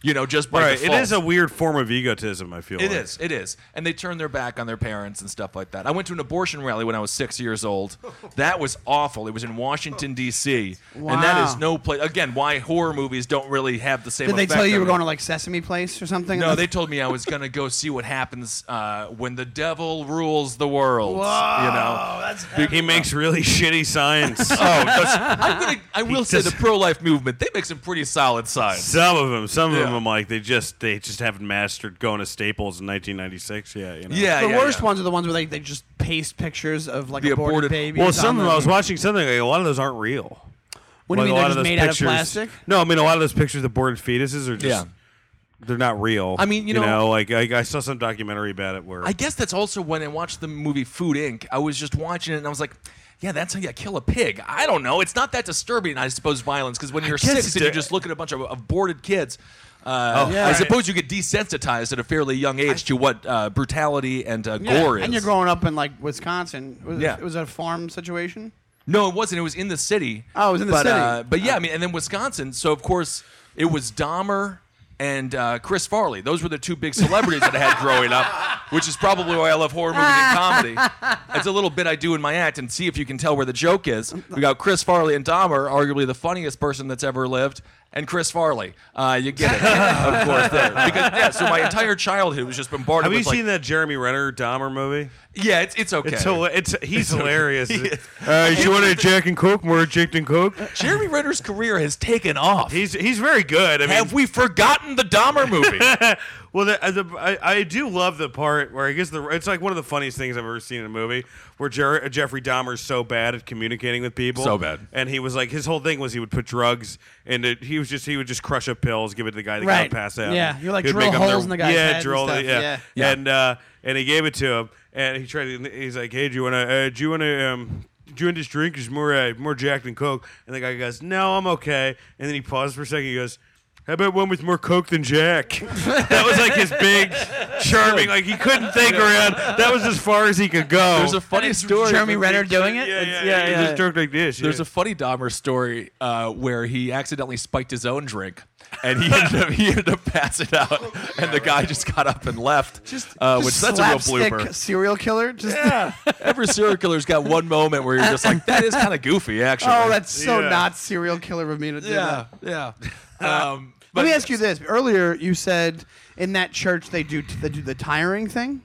Speaker 2: you know, just by
Speaker 1: Right. It
Speaker 2: default.
Speaker 1: is a weird form of egotism. I feel
Speaker 2: It
Speaker 1: like.
Speaker 2: is. It is. And they turn their back on their parents and stuff like that. I went to an abortion rally when I was six years old. That was awful. It was in Washington D.C. And that is
Speaker 3: Wow.
Speaker 2: no place. Again, why horror movies don't really have the same.
Speaker 3: Did they
Speaker 2: effect
Speaker 3: tell
Speaker 2: on
Speaker 3: you you were
Speaker 2: me.
Speaker 3: going to like Sesame Place or something?
Speaker 2: No, they told me I was gonna go see what happens uh, when the devil rules the world. You know,
Speaker 1: He makes really shitty signs.
Speaker 2: oh, that's- I'm gonna. I will say the
Speaker 1: doesn't-
Speaker 2: pro-life movement. They make some pretty solid signs.
Speaker 1: Some of them, some of
Speaker 2: Yeah.
Speaker 1: them, like they just they just haven't mastered going to Staples in 1996. Yeah, you know.
Speaker 2: Yeah,
Speaker 3: The
Speaker 2: yeah,
Speaker 3: worst
Speaker 2: yeah.
Speaker 3: ones are the ones where they, they just paste pictures of like
Speaker 2: The
Speaker 3: aborted,
Speaker 2: aborted-
Speaker 3: babies.
Speaker 1: Well, some
Speaker 3: on
Speaker 1: of them I
Speaker 3: them.
Speaker 1: was watching something. Like, a lot of those aren't real.
Speaker 3: What do
Speaker 1: Like,
Speaker 3: you mean
Speaker 1: a lot
Speaker 3: they're just
Speaker 1: those
Speaker 3: made out of
Speaker 1: pictures-
Speaker 3: plastic?
Speaker 1: No, I mean a lot of those pictures of aborted fetuses are just
Speaker 2: Yeah.
Speaker 1: they're not real.
Speaker 2: I mean, you know-
Speaker 1: like I, I saw some documentary about it where
Speaker 2: I guess that's also when I watched the movie Food Inc. I was just watching it and I was like, yeah, that's how you kill a pig. I don't know. It's not that disturbing, I suppose, violence, because when you're
Speaker 1: guess
Speaker 2: six
Speaker 1: it
Speaker 2: and you
Speaker 1: did.
Speaker 2: just look at a bunch of aborted kids, uh,
Speaker 1: Oh,
Speaker 2: I
Speaker 1: right.
Speaker 2: suppose you get desensitized at a fairly young age to what uh, brutality and uh,
Speaker 3: Yeah,
Speaker 2: gore is.
Speaker 3: And you're growing up in like Wisconsin. Was,
Speaker 2: Yeah.
Speaker 3: It was a farm situation.
Speaker 2: No, it wasn't. It was in the city.
Speaker 3: Oh, it was in the
Speaker 2: but,
Speaker 3: city. Oh.
Speaker 2: Uh, but yeah, I mean, and then Wisconsin. So of course, it was Dahmer and uh, Chris Farley. Those were the two big celebrities that I had growing up, which is probably why I love horror movies and comedy. It's a little bit I do in my act, and see if you can tell where the joke is. We got Chris Farley and Dahmer, arguably the funniest person that's ever lived. And Chris Farley, uh, you get it, of course. There. Because yeah, so my entire childhood was just bombarded.
Speaker 1: Have you
Speaker 2: with, like,
Speaker 1: seen that Jeremy Renner Dahmer movie?
Speaker 2: Yeah, it's it's okay.
Speaker 1: It's hila- it's he's hilarious. uh, you want to Jack and Coke? More Jack and Coke?
Speaker 2: Jeremy Renner's career has taken off.
Speaker 1: He's he's very good. I mean,
Speaker 2: Have we forgotten the Dahmer movie?
Speaker 1: well, the, uh, the, I, I do love the part where I guess the it's like one of the funniest things I've ever seen in a movie where Jer- uh, Jeffrey Dahmer's so bad at communicating with people,
Speaker 2: So bad.
Speaker 1: and he was like his whole thing was he would put drugs into he he was just he would just crush up pills, give it to the guy that
Speaker 3: Right.
Speaker 1: got passed out.
Speaker 3: Yeah, you, like,
Speaker 1: He'd
Speaker 3: drill
Speaker 1: make up
Speaker 3: holes in the guy's head
Speaker 1: Yeah,
Speaker 3: and
Speaker 1: drill.
Speaker 3: stuff.
Speaker 1: Yeah.
Speaker 3: Yeah.
Speaker 2: Yeah.
Speaker 1: and uh, and he gave it to him, and he tried. To, he's like, "Hey, do you wanna? Uh, do you wanna?" Um, do you want this drink? Is more uh, more Jack than Coke. And the guy goes, "No, I'm okay." And then he paused for a second. He goes, "How about one with more Coke than Jack?" that was like his big, charming. Like he couldn't think around. That was as far as he could go.
Speaker 2: There's a funny story.
Speaker 3: Jeremy Renner doing
Speaker 1: yeah,
Speaker 3: it.
Speaker 1: yeah, yeah.
Speaker 2: yeah,
Speaker 1: He
Speaker 2: yeah.
Speaker 1: just joked like this.
Speaker 2: There's
Speaker 1: yeah.
Speaker 2: a funny Dahmer story uh, where he accidentally spiked his own drink, and he ended up he ended up passing out, and the guy just got up and left. uh, which
Speaker 3: Oh, Just
Speaker 2: that's a real
Speaker 3: slapstick
Speaker 2: blooper.
Speaker 3: Serial killer. Just
Speaker 2: Yeah, every serial killer's got one moment where you're just like, that is kind of goofy, actually.
Speaker 3: oh, that's so
Speaker 1: Yeah.
Speaker 3: not serial killer of me to do that.
Speaker 2: yeah, yeah. Um, but
Speaker 3: Uh, Let me ask you this. Earlier, you said in that church they do they do the tiring thing.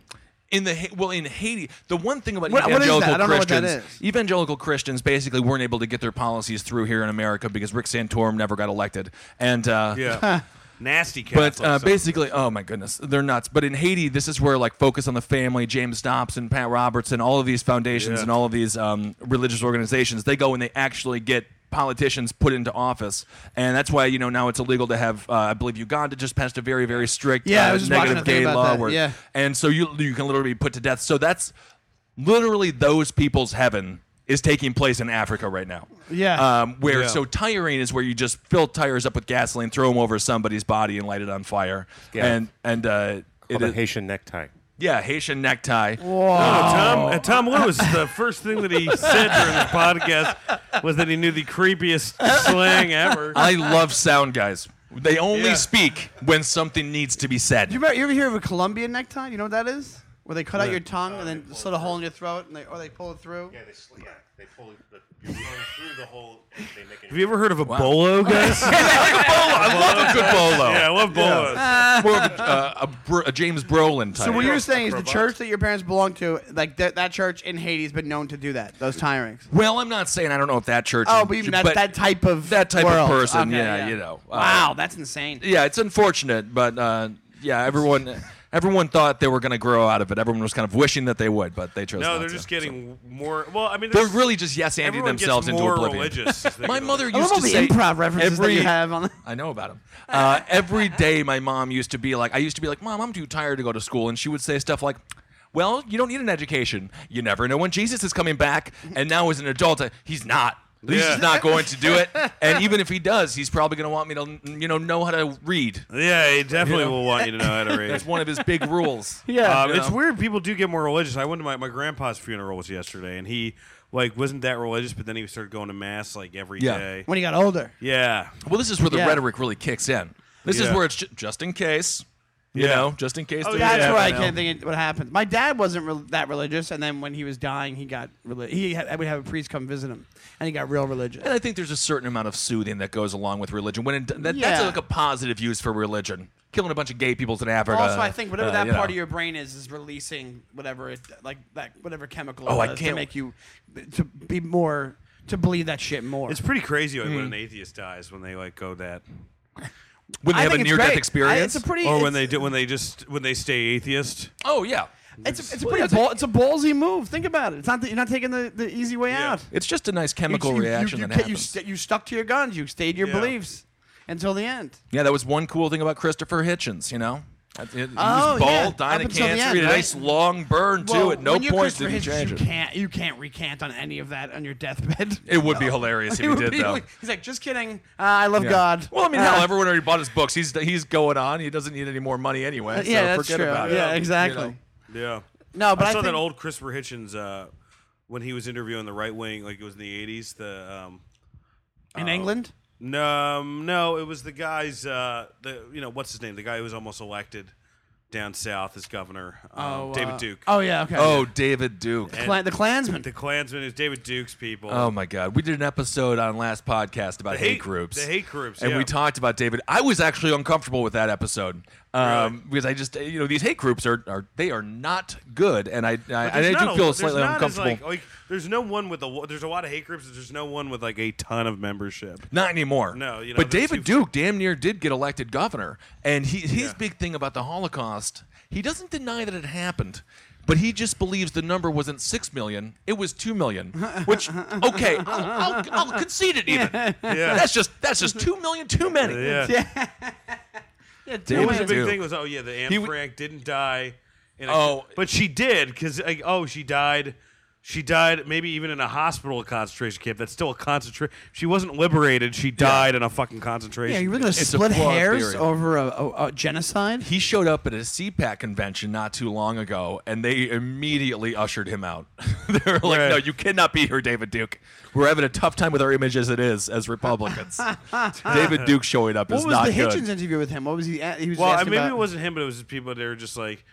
Speaker 2: in the Ha- well in Haiti, the one thing about
Speaker 3: What- what is that?
Speaker 2: evangelical
Speaker 3: I don't know what that
Speaker 2: Christians,
Speaker 3: is.
Speaker 2: evangelical Christians basically weren't able to get their policies through here in America because Rick Santorum never got elected, and uh,
Speaker 1: Yeah. Nasty Catholics.
Speaker 2: But uh,
Speaker 1: so-
Speaker 2: basically, oh my goodness, they're nuts. But in Haiti, this is where like Focus on the Family, James Dobson, Pat Robertson, all of these foundations
Speaker 1: Yeah.
Speaker 2: and all of these um, religious organizations, they go and they actually get politicians put into office, and that's why you know now it's illegal to have. Uh, I believe Uganda just passed a very very strict
Speaker 3: Yeah, I
Speaker 2: uh,
Speaker 3: was just watching a
Speaker 2: negative gay
Speaker 3: thing about
Speaker 2: law
Speaker 3: that,
Speaker 2: where-
Speaker 3: yeah.
Speaker 2: and so you you can literally be put to death. So that's literally those people's heaven is taking place in Africa right now.
Speaker 3: Yeah.
Speaker 2: Um, where
Speaker 1: Yeah.
Speaker 2: so tiring is where you just fill tires up with gasoline, throw them over somebody's body, and light it on fire.
Speaker 4: Yeah.
Speaker 2: And and uh, it
Speaker 4: Called a
Speaker 2: is,
Speaker 4: Haitian necktie.
Speaker 2: yeah, Haitian necktie.
Speaker 1: Oh, Tom, uh, Tom, what was the first thing that he said during the podcast was that he knew the creepiest slang ever.
Speaker 2: I love sound guys. They only
Speaker 1: Yeah.
Speaker 2: speak when something needs to be said.
Speaker 3: You ever, you ever hear of a Colombian necktie? You know what that is? Where they cut out your tongue and then slit a hole in your throat, and they or they pull it through.
Speaker 4: they yeah, they pull through the hole. They make
Speaker 1: Have you ever heard of a bolo, guys?
Speaker 2: I love a good bolo.
Speaker 1: yeah, I love bolos.
Speaker 2: More of a, uh, a, Bro- a James Brolin type.
Speaker 3: So what you're saying is the
Speaker 4: Acrobat.
Speaker 3: church that your parents belong to, like that that church in Haiti's been known to do that. Those tirings.
Speaker 2: well, I'm not saying I don't know if that church.
Speaker 3: Oh, but you mean that's
Speaker 2: but
Speaker 3: that type of
Speaker 2: that type of
Speaker 3: world.
Speaker 2: person,
Speaker 3: Okay,
Speaker 2: yeah, you know, uh,
Speaker 3: wow, that's insane.
Speaker 2: yeah, it's unfortunate, but uh, yeah, everyone everyone thought they were going to grow out of it. Everyone was kind of wishing that they would, but they chose.
Speaker 1: No,
Speaker 2: not
Speaker 1: they're
Speaker 2: to.
Speaker 1: just
Speaker 2: So-
Speaker 1: getting more. Well, I mean,
Speaker 2: They're
Speaker 1: this-
Speaker 2: really just yes anding
Speaker 1: everyone
Speaker 2: themselves
Speaker 1: gets
Speaker 2: into
Speaker 1: more
Speaker 2: oblivion.
Speaker 1: religious. as they
Speaker 2: My
Speaker 1: get
Speaker 2: mother
Speaker 1: older.
Speaker 3: I love
Speaker 2: used
Speaker 3: all
Speaker 2: to say
Speaker 3: the improv references that
Speaker 2: every,
Speaker 3: you have on.
Speaker 2: I know about them. Uh, every day, my mom used to be like, I used to be like, Mom, I'm too tired to go to school, and she would say stuff like. Well, you don't need an education. You never know when Jesus is coming back. And now, as an adult, I- he's not. He's
Speaker 1: Yeah.
Speaker 2: just not going to do it. And even if he does, he's probably going to want me to, you know, know how to read.
Speaker 1: Yeah, he definitely
Speaker 2: You know?
Speaker 1: will want you to know how to read.
Speaker 2: That's one of his big rules. Uh,
Speaker 1: Um,
Speaker 2: You
Speaker 1: it's
Speaker 2: know?
Speaker 1: weird. People do get more religious. I went to my, my grandpa's funeral was yesterday, and he like wasn't that religious, but then he started going to mass like every day.
Speaker 2: Yeah.
Speaker 3: When he got older.
Speaker 1: Yeah.
Speaker 2: Well, this is where the
Speaker 3: Yeah.
Speaker 2: rhetoric really kicks in. This
Speaker 1: Yeah.
Speaker 2: is where it's ju- just in case. You
Speaker 1: Yeah.
Speaker 2: know, just in case.
Speaker 1: Oh,
Speaker 2: the-
Speaker 3: That's
Speaker 1: Yeah,
Speaker 3: where
Speaker 1: I
Speaker 3: I can't think of what happened. My dad wasn't re- that religious, and then when he was dying, he got reli- he had, we have a priest come visit him, and he got real religious.
Speaker 2: And I think there's a certain amount of soothing that goes along with religion. When it, that, that's
Speaker 3: Yeah.
Speaker 2: like a positive use for religion. Killing a bunch of gay peoples in Africa.
Speaker 3: Also, I think whatever
Speaker 2: uh,
Speaker 3: that
Speaker 2: you
Speaker 3: part
Speaker 2: know.
Speaker 3: of your brain is is releasing whatever it like that whatever chemical.
Speaker 2: Oh,
Speaker 3: it
Speaker 2: I
Speaker 3: does to
Speaker 2: can't-
Speaker 3: make you to be more to believe that shit more.
Speaker 1: It's pretty crazy like,
Speaker 2: Hmm.
Speaker 1: when an atheist dies when they like go that
Speaker 2: when they
Speaker 3: I
Speaker 2: have a
Speaker 3: think it's
Speaker 2: near death
Speaker 3: great. I-
Speaker 2: experience.
Speaker 3: it's a pretty.
Speaker 1: or
Speaker 3: it's,
Speaker 1: when they do when they just when they stay atheist.
Speaker 2: oh yeah.
Speaker 3: It's, a- it's a pretty. ball, it's a ballsy move. Think about it. It's not that you're not taking the, the easy way
Speaker 1: Yeah.
Speaker 3: out.
Speaker 2: It's just a nice
Speaker 3: You-
Speaker 2: chemical
Speaker 3: you,
Speaker 2: reaction
Speaker 3: you, you,
Speaker 2: that
Speaker 3: ca- you,
Speaker 2: happens.
Speaker 3: st- you stuck to your guns. You stayed your
Speaker 1: Yeah.
Speaker 3: beliefs until the end.
Speaker 2: yeah, that was one cool thing about Christopher Hitchens. You know, That- it- he
Speaker 3: Oh,
Speaker 2: was bald,
Speaker 3: yeah.
Speaker 2: dying
Speaker 3: Up
Speaker 2: of
Speaker 3: until the
Speaker 2: cancer.
Speaker 3: end,
Speaker 2: he had
Speaker 3: right?
Speaker 2: a nice long burn too. At no
Speaker 3: when you're
Speaker 2: point
Speaker 3: Christopher
Speaker 2: did he
Speaker 3: Hitchens,
Speaker 2: change
Speaker 3: you
Speaker 2: it.
Speaker 3: can't you can't recant on any of that on your deathbed.
Speaker 2: It would be hilarious if
Speaker 3: It
Speaker 2: he
Speaker 3: would
Speaker 2: did
Speaker 3: be
Speaker 2: though.
Speaker 3: like- he's like, just kidding. Uh, I love
Speaker 2: Yeah.
Speaker 3: God.
Speaker 2: Well, I mean,
Speaker 3: Uh,
Speaker 2: hell, everyone already bought his books. He's he's going on. He doesn't need any more money anyway. So
Speaker 3: Uh, yeah, that's
Speaker 2: forget
Speaker 3: true.
Speaker 2: about it.
Speaker 3: yeah,
Speaker 2: You
Speaker 3: exactly.
Speaker 2: know.
Speaker 1: Yeah.
Speaker 3: No, but
Speaker 1: I
Speaker 3: I
Speaker 1: saw that
Speaker 3: think-
Speaker 1: old Christopher Hitchens uh, when he was interviewing the right wing, like it was in the eighties. The um,
Speaker 3: In
Speaker 2: Oh.
Speaker 3: England,
Speaker 1: no, um, no, it was the guy's. Uh, the you know what's his name? The guy who was almost elected down south as governor. Um,
Speaker 3: Oh,
Speaker 1: David
Speaker 3: uh,
Speaker 1: Duke.
Speaker 3: Oh yeah, okay.
Speaker 2: Oh, David Duke.
Speaker 3: Cla- the Klansman.
Speaker 1: the Klansman is David Duke's people.
Speaker 2: Oh my God, we did an episode on last podcast about
Speaker 1: The
Speaker 2: hate, groups.
Speaker 1: The hate groups.
Speaker 2: And
Speaker 1: yeah.
Speaker 2: we talked about David. I was actually uncomfortable with that episode um,
Speaker 1: Really?
Speaker 2: because I just, you know, these hate groups are, are they are not good, and I I,
Speaker 1: But
Speaker 2: and I
Speaker 1: there's
Speaker 2: do
Speaker 1: not a-
Speaker 2: feel
Speaker 1: there's
Speaker 2: slightly
Speaker 1: not as,
Speaker 2: uncomfortable.
Speaker 1: Like, like, there's no one with a. lo- There's a lot of hate groups. but There's no one with like a ton of membership.
Speaker 2: Not anymore.
Speaker 1: No, you know,
Speaker 2: But
Speaker 1: they're
Speaker 2: David
Speaker 1: too-
Speaker 2: Duke damn near did get elected governor, and he, his
Speaker 1: Yeah.
Speaker 2: big thing about the Holocaust He doesn't deny that it happened, but he just believes the number wasn't six million; it was two million. Which, okay, I'll, I'll, I'll concede it. Even that's just that's just two million too many.
Speaker 1: Yeah.
Speaker 2: Damn
Speaker 1: That was
Speaker 2: it,
Speaker 1: a big
Speaker 2: dude.
Speaker 1: thing. Was oh yeah, the Anne
Speaker 2: He w-
Speaker 1: Frank didn't die. In a,
Speaker 2: Oh.
Speaker 1: but she did because like, oh she died. She died maybe even in a hospital concentration camp. That's still a concentration. She wasn't liberated. She died in a fucking concentration.
Speaker 3: Yeah, you're
Speaker 1: camp.
Speaker 3: gonna
Speaker 2: It's a
Speaker 3: split
Speaker 2: flawed
Speaker 3: hairs
Speaker 2: theory.
Speaker 3: over a, a, a genocide?
Speaker 2: He showed up at a CPAC convention not too long ago, and they immediately ushered him out. they were like,
Speaker 1: Right.
Speaker 2: "No, you cannot be here, David Duke. We're having a tough time with our image as it is, as Republicans." David Duke showing up
Speaker 3: What
Speaker 2: is
Speaker 3: was
Speaker 2: not
Speaker 3: the
Speaker 2: good.
Speaker 3: Hitchens interview with him? What was he? At? He was
Speaker 1: Well, I-
Speaker 3: asking
Speaker 1: maybe
Speaker 3: about-
Speaker 1: it wasn't him, but it was just people that were just like,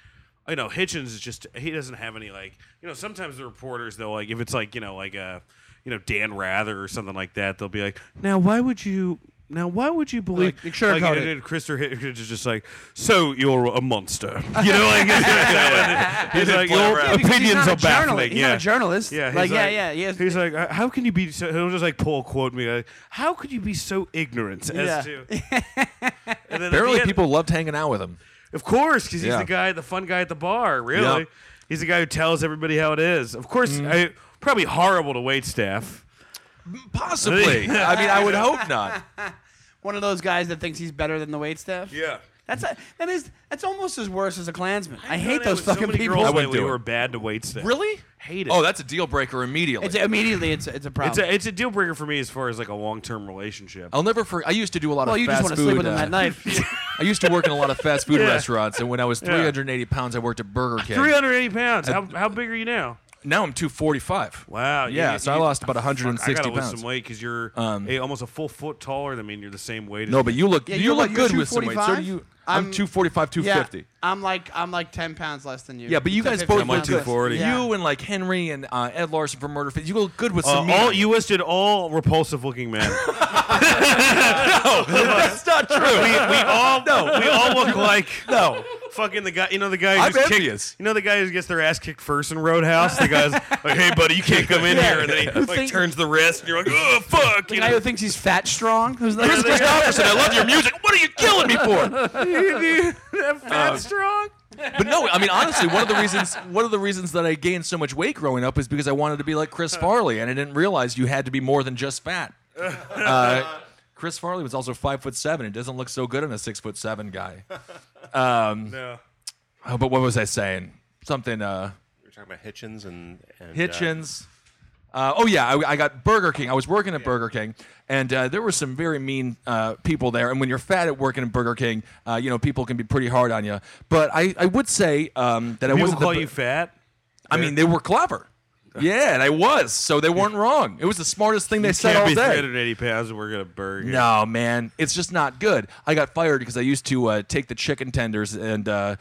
Speaker 1: you know, Hitchens is just he doesn't have any like, you know, sometimes the reporters they'll like if it's like you know like uh you know Dan Rather or something like that they'll be like, now why would you. Now, why would you believe?
Speaker 3: Like, sugarcoat
Speaker 1: and
Speaker 3: it.
Speaker 1: then Chris or Hitchens is just like, so you're a monster, you know? Like, you know, and he's
Speaker 2: Didn't
Speaker 1: like,
Speaker 2: play
Speaker 1: your
Speaker 2: around.
Speaker 3: Yeah, because he's
Speaker 1: opinions
Speaker 3: not
Speaker 1: are
Speaker 3: a journalist.
Speaker 1: baffling.
Speaker 3: He's
Speaker 1: yeah,
Speaker 3: not a journalist.
Speaker 1: Yeah, he's
Speaker 3: Like, yeah, yeah, he has-
Speaker 1: He's like, "Uh, how can you be? So, he'll just like pull a quote me. Like, how could you be so ignorant
Speaker 3: Yeah.
Speaker 1: as to? And then at the
Speaker 2: Apparently,
Speaker 1: end-
Speaker 2: people loved hanging out with him.
Speaker 1: of course, because he's
Speaker 2: Yeah.
Speaker 1: the guy, the fun guy at the bar. Really,
Speaker 2: Yeah. Mm.
Speaker 1: he's the guy who tells everybody how it is. Of course, I, probably horrible to wait staff.
Speaker 2: Possibly. I mean, I would hope not.
Speaker 3: one of those guys that thinks he's better than the waitstaff.
Speaker 1: Yeah,
Speaker 3: That's a, that is that's almost as worse as a Klansman. I, hate those fucking people.
Speaker 1: Girls
Speaker 2: I
Speaker 1: I
Speaker 2: wouldn't do
Speaker 1: who
Speaker 2: it.
Speaker 1: are bad to wait staff.
Speaker 2: Really?
Speaker 1: hate it.
Speaker 2: Oh, that's a deal breaker immediately.
Speaker 3: It's immediately it's a, it's a
Speaker 1: it's
Speaker 3: problem.
Speaker 1: a it's a deal breaker for me as far as like a long term relationship.
Speaker 2: I'll never forget. I used to do a lot
Speaker 3: well,
Speaker 2: of
Speaker 3: you
Speaker 2: fast
Speaker 3: just want to
Speaker 2: food.
Speaker 3: sleep with him
Speaker 2: uh,
Speaker 3: that night.
Speaker 2: I used to work in a lot of fast food
Speaker 1: Yeah.
Speaker 2: restaurants, and when I was 380 pounds, I worked at Burger King.
Speaker 1: Three hundred eighty pounds. How, how big are you now?
Speaker 2: Now I'm 245.
Speaker 1: Wow. you-
Speaker 2: Yeah, so I
Speaker 1: you-
Speaker 2: lost about 160
Speaker 1: I gotta
Speaker 2: pounds. Um,
Speaker 1: lose some weight because you're eh, almost a full foot taller than me. and You're the same weight. as
Speaker 2: No,
Speaker 1: me.
Speaker 2: but you look
Speaker 3: Yeah,
Speaker 2: you,
Speaker 3: you're
Speaker 2: look
Speaker 3: what, you're
Speaker 2: good with some weight. So do
Speaker 3: 245?
Speaker 2: you. I'm,
Speaker 3: I'm-
Speaker 2: 245, 250.
Speaker 3: yeah, I'm like I'm like ten pounds less than you.
Speaker 2: Yeah, but you guys
Speaker 3: 10, 15
Speaker 2: both look
Speaker 3: pounds
Speaker 2: good.
Speaker 3: less. Yeah.
Speaker 2: You and like Henry and uh, Ed Larson from Murder Fit. You look good with
Speaker 1: Uh,
Speaker 2: some. meat.
Speaker 1: all you listed all repulsive looking men.
Speaker 2: That's not true.
Speaker 1: we, we all no. We all look like
Speaker 2: no.
Speaker 1: fucking the guy. You know the guy. Who
Speaker 2: I'm
Speaker 1: just kicked-
Speaker 2: envious.
Speaker 1: you know the guy who gets their ass kicked first in Roadhouse. The guy's like, "Hey, buddy, you can't come in here." And then he
Speaker 3: Who
Speaker 1: like
Speaker 3: think-
Speaker 1: turns the wrist, and you're like, "Oh, fuck!"
Speaker 3: The
Speaker 1: You
Speaker 3: guy who
Speaker 1: know.
Speaker 3: thinks he's fat strong. Who's like,
Speaker 2: Chris Christopherson, I love your music. What are you killing me for?
Speaker 1: Fat strong.
Speaker 2: But no, I mean honestly, one of the reasons one of the reasons that I gained so much weight growing up is because I wanted to be like Chris Farley, and I didn't realize you had to be more than just fat. Uh, Chris Farley was also five foot seven. It doesn't look so good on a six foot seven guy. Um,
Speaker 1: No.
Speaker 2: Oh, but what was I saying? Something. Uh,
Speaker 4: We're talking about Hitchens and, and uh,
Speaker 2: Hitchens. Uh, oh yeah, I, I got Burger King. I was working at Burger King, and uh, there were some very mean uh, people there. And when you're fat at working at Burger King, uh, you know people can be pretty hard on you. But I, I would say um, that I
Speaker 1: People
Speaker 2: wasn't.
Speaker 1: call
Speaker 2: the,
Speaker 1: you fat.
Speaker 2: I mean, they were clever. Yeah, and I was, so they weren't wrong. It was the smartest thing they said
Speaker 1: Can't
Speaker 2: all
Speaker 1: be
Speaker 2: day.
Speaker 1: 380 pounds and we're gonna burger.
Speaker 2: No, man, it's just not good. I got fired because I used to uh, take the chicken tenders and uh,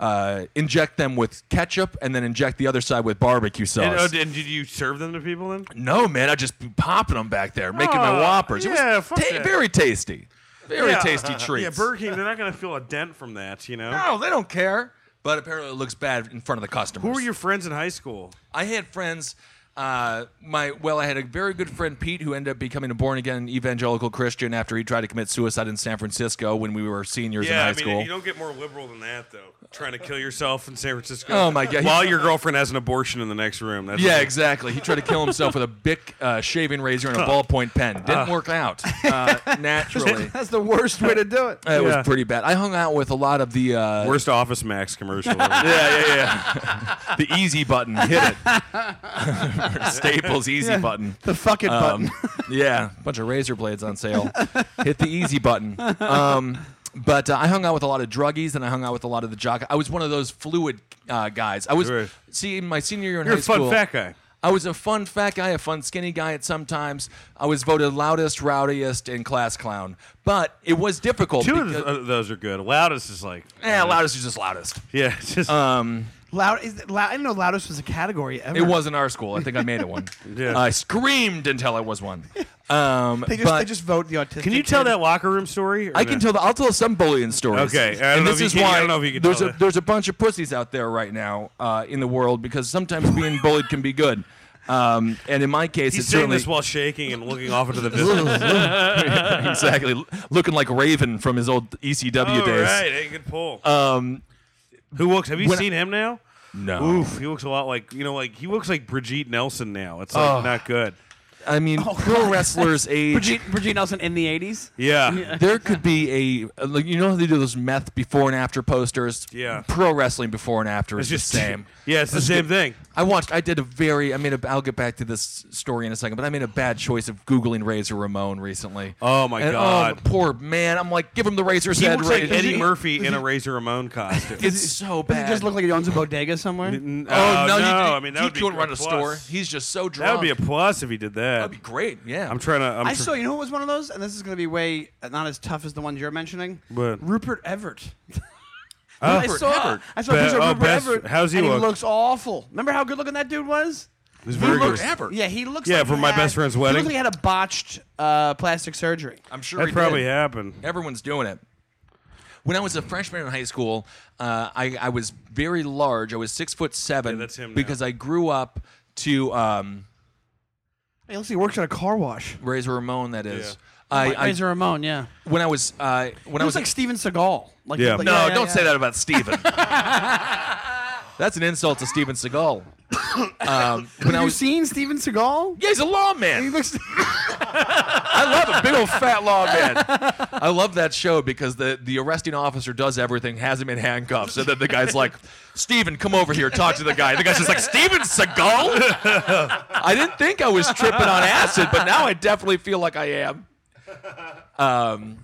Speaker 2: uh, inject them with ketchup, and then inject the other side with barbecue sauce.
Speaker 1: And, oh, and did you serve them to people then?
Speaker 2: No, man, I just be popping them back there, making my
Speaker 1: Oh,
Speaker 2: whoppers. it
Speaker 1: yeah,
Speaker 2: was
Speaker 1: fuck
Speaker 2: ta-
Speaker 1: that.
Speaker 2: very tasty, very
Speaker 1: Yeah.
Speaker 2: tasty treats.
Speaker 1: Yeah, Burger King. They're not gonna feel a dent from that. You know.
Speaker 2: No, they don't care. But apparently, it looks bad in front of the customers.
Speaker 1: Who were your friends in high school?
Speaker 2: I had friends. Uh, my well, I had a very good friend Pete who ended up becoming a born again evangelical Christian after he tried to commit suicide in San Francisco when we were seniors in high school.
Speaker 1: you don't get more liberal than that, though. Trying to kill yourself in San Francisco.
Speaker 2: Oh, my God.
Speaker 1: While your girlfriend has an abortion in the next room. That's
Speaker 2: Yeah, exactly. He tried to kill himself with a Bic uh, shaving razor and a ballpoint pen. Didn't work out uh, naturally.
Speaker 3: That's the worst way to do it.
Speaker 2: It was
Speaker 1: Yeah.
Speaker 2: pretty bad. I hung out with a lot of the uh,
Speaker 1: Worst Office Max commercial.
Speaker 2: Yeah, yeah, yeah. the easy button, hit it. Staples easy button.
Speaker 3: The fucking button.
Speaker 2: Um, yeah, bunch of razor blades on sale. Hit the easy button. Um, but uh, I hung out with a lot of druggies, and I hung out with a lot of the jock. I was one of those fluid uh, guys. I was
Speaker 1: Sure.
Speaker 2: see in my senior year in
Speaker 1: You're
Speaker 2: high
Speaker 1: a fun
Speaker 2: school.
Speaker 1: fat guy.
Speaker 2: I was a fun fat guy, a fun skinny guy at sometimes. I was voted loudest, rowdiest, and class clown. But it was difficult.
Speaker 1: Two of
Speaker 2: because,
Speaker 1: th- uh, those are good. Loudest is like, uh,
Speaker 2: yeah, Uh, loudest is just loudest.
Speaker 1: yeah, it's just
Speaker 3: Loud is it loud. I didn't know loudest was a category ever.
Speaker 2: It wasn't our school. I think I made it one.
Speaker 1: Yeah.
Speaker 2: I screamed until I was one. Um,
Speaker 3: They just
Speaker 2: but
Speaker 3: they just vote the autistic.
Speaker 1: Can you tell
Speaker 3: kid.
Speaker 1: that locker room story? or
Speaker 2: I can
Speaker 1: no?
Speaker 2: tell. The, I'll tell some bullying stories.
Speaker 1: Okay, I don't
Speaker 2: and
Speaker 1: know if
Speaker 2: this
Speaker 1: you
Speaker 2: is
Speaker 1: can- I
Speaker 2: why
Speaker 1: don't know if you can
Speaker 2: there's
Speaker 1: tell
Speaker 2: a
Speaker 1: that.
Speaker 2: there's a bunch of pussies out there right now uh, in the world because sometimes being bullied can be good. Um, and in my case,
Speaker 1: He's
Speaker 2: it's
Speaker 1: saying
Speaker 2: certainly
Speaker 1: this while shaking and looking off into the distance.
Speaker 2: exactly looking like Raven from his old ECW
Speaker 1: All
Speaker 2: days.
Speaker 1: right, hey, good pull.
Speaker 2: Um,
Speaker 1: Who looks? Have you
Speaker 2: When I-
Speaker 1: seen him now?
Speaker 2: No.
Speaker 1: Oof, he looks a lot like you know, like he looks like Brigitte Nelson now. It's like not good.
Speaker 2: I mean,
Speaker 1: Oh,
Speaker 2: pro wrestlers age.
Speaker 5: Brigitte, Brigitte Nelson in the 80s?
Speaker 1: Yeah.
Speaker 2: there could be a like you know how they do those meth before and after posters.
Speaker 1: Yeah.
Speaker 2: pro wrestling before and after
Speaker 1: It's
Speaker 2: is
Speaker 1: just
Speaker 2: the same.
Speaker 1: Yeah, it's the same thing.
Speaker 2: I watched. I did a very. I made a. I'll get back to this story in a second, but I made a bad choice of googling Razor Ramon recently.
Speaker 1: Oh, my
Speaker 2: And,
Speaker 1: God.
Speaker 2: poor man! I'm like, give him the Razor's
Speaker 1: He
Speaker 2: head.
Speaker 1: looks
Speaker 2: Ra-
Speaker 1: like Eddie Murphy in a Razor Ramon costume.
Speaker 2: It's so
Speaker 3: Does
Speaker 2: bad.
Speaker 3: it just look like he owns a bodega somewhere?
Speaker 1: N- uh,
Speaker 2: Oh no! you,
Speaker 1: I mean that
Speaker 2: he
Speaker 1: would be
Speaker 2: couldn't run a
Speaker 1: plus.
Speaker 2: store. He's just so drunk.
Speaker 1: That would be a plus if he did that.
Speaker 2: That'd be great. Yeah.
Speaker 1: I'm trying to. I'm
Speaker 3: I
Speaker 1: tr-
Speaker 3: saw. You know who was one of those? And this is going to be way not as tough as the ones you're mentioning.
Speaker 1: What?
Speaker 3: Rupert Everett.
Speaker 1: Oh.
Speaker 3: I saw. I saw
Speaker 1: Be-
Speaker 3: a picture of
Speaker 1: oh,
Speaker 3: Rupert
Speaker 1: best-
Speaker 3: Everett.
Speaker 1: how's he
Speaker 3: and
Speaker 1: look?
Speaker 3: He looks awful. Remember how good looking that dude was?
Speaker 1: He's
Speaker 2: He
Speaker 1: very
Speaker 2: looks
Speaker 1: good.
Speaker 2: ever.
Speaker 3: Yeah, he looks.
Speaker 1: Yeah,
Speaker 3: like
Speaker 1: for
Speaker 3: he
Speaker 1: my
Speaker 3: had-
Speaker 1: best friend's
Speaker 3: he looked
Speaker 1: wedding.
Speaker 3: like he had a botched uh, plastic surgery.
Speaker 2: I'm sure
Speaker 1: That
Speaker 2: he
Speaker 1: probably
Speaker 2: did.
Speaker 1: happened.
Speaker 2: Everyone's doing it. When I was a freshman in high school, uh, I, I was very large. I was six foot seven.
Speaker 1: Yeah, that's him now.
Speaker 2: Because I grew up to um,
Speaker 3: Hey, looks like he works at a car wash.
Speaker 2: Razor Ramon. That is. I,
Speaker 3: Like
Speaker 2: I
Speaker 3: Razor Ramon, yeah.
Speaker 2: when I was uh, when I
Speaker 3: He
Speaker 2: was
Speaker 3: was like Steven Seagal. Like,
Speaker 1: Yeah.
Speaker 3: like-
Speaker 2: no,
Speaker 3: yeah, yeah,
Speaker 2: don't
Speaker 3: yeah.
Speaker 2: say that about Steven. that's an insult to Steven Seagal. Um, when I
Speaker 3: Have you
Speaker 2: was
Speaker 3: seen Steven Seagal?
Speaker 2: yeah, he's a lawman.
Speaker 3: He looks.
Speaker 2: I love a big old fat law man. I love that show because the, the arresting officer does everything, has him in handcuffs, and then the guy's like, Steven, come over here, talk to the guy. the guy's just like, Steven Seagal? I didn't think I was tripping on acid, but now I definitely feel like I am. Um,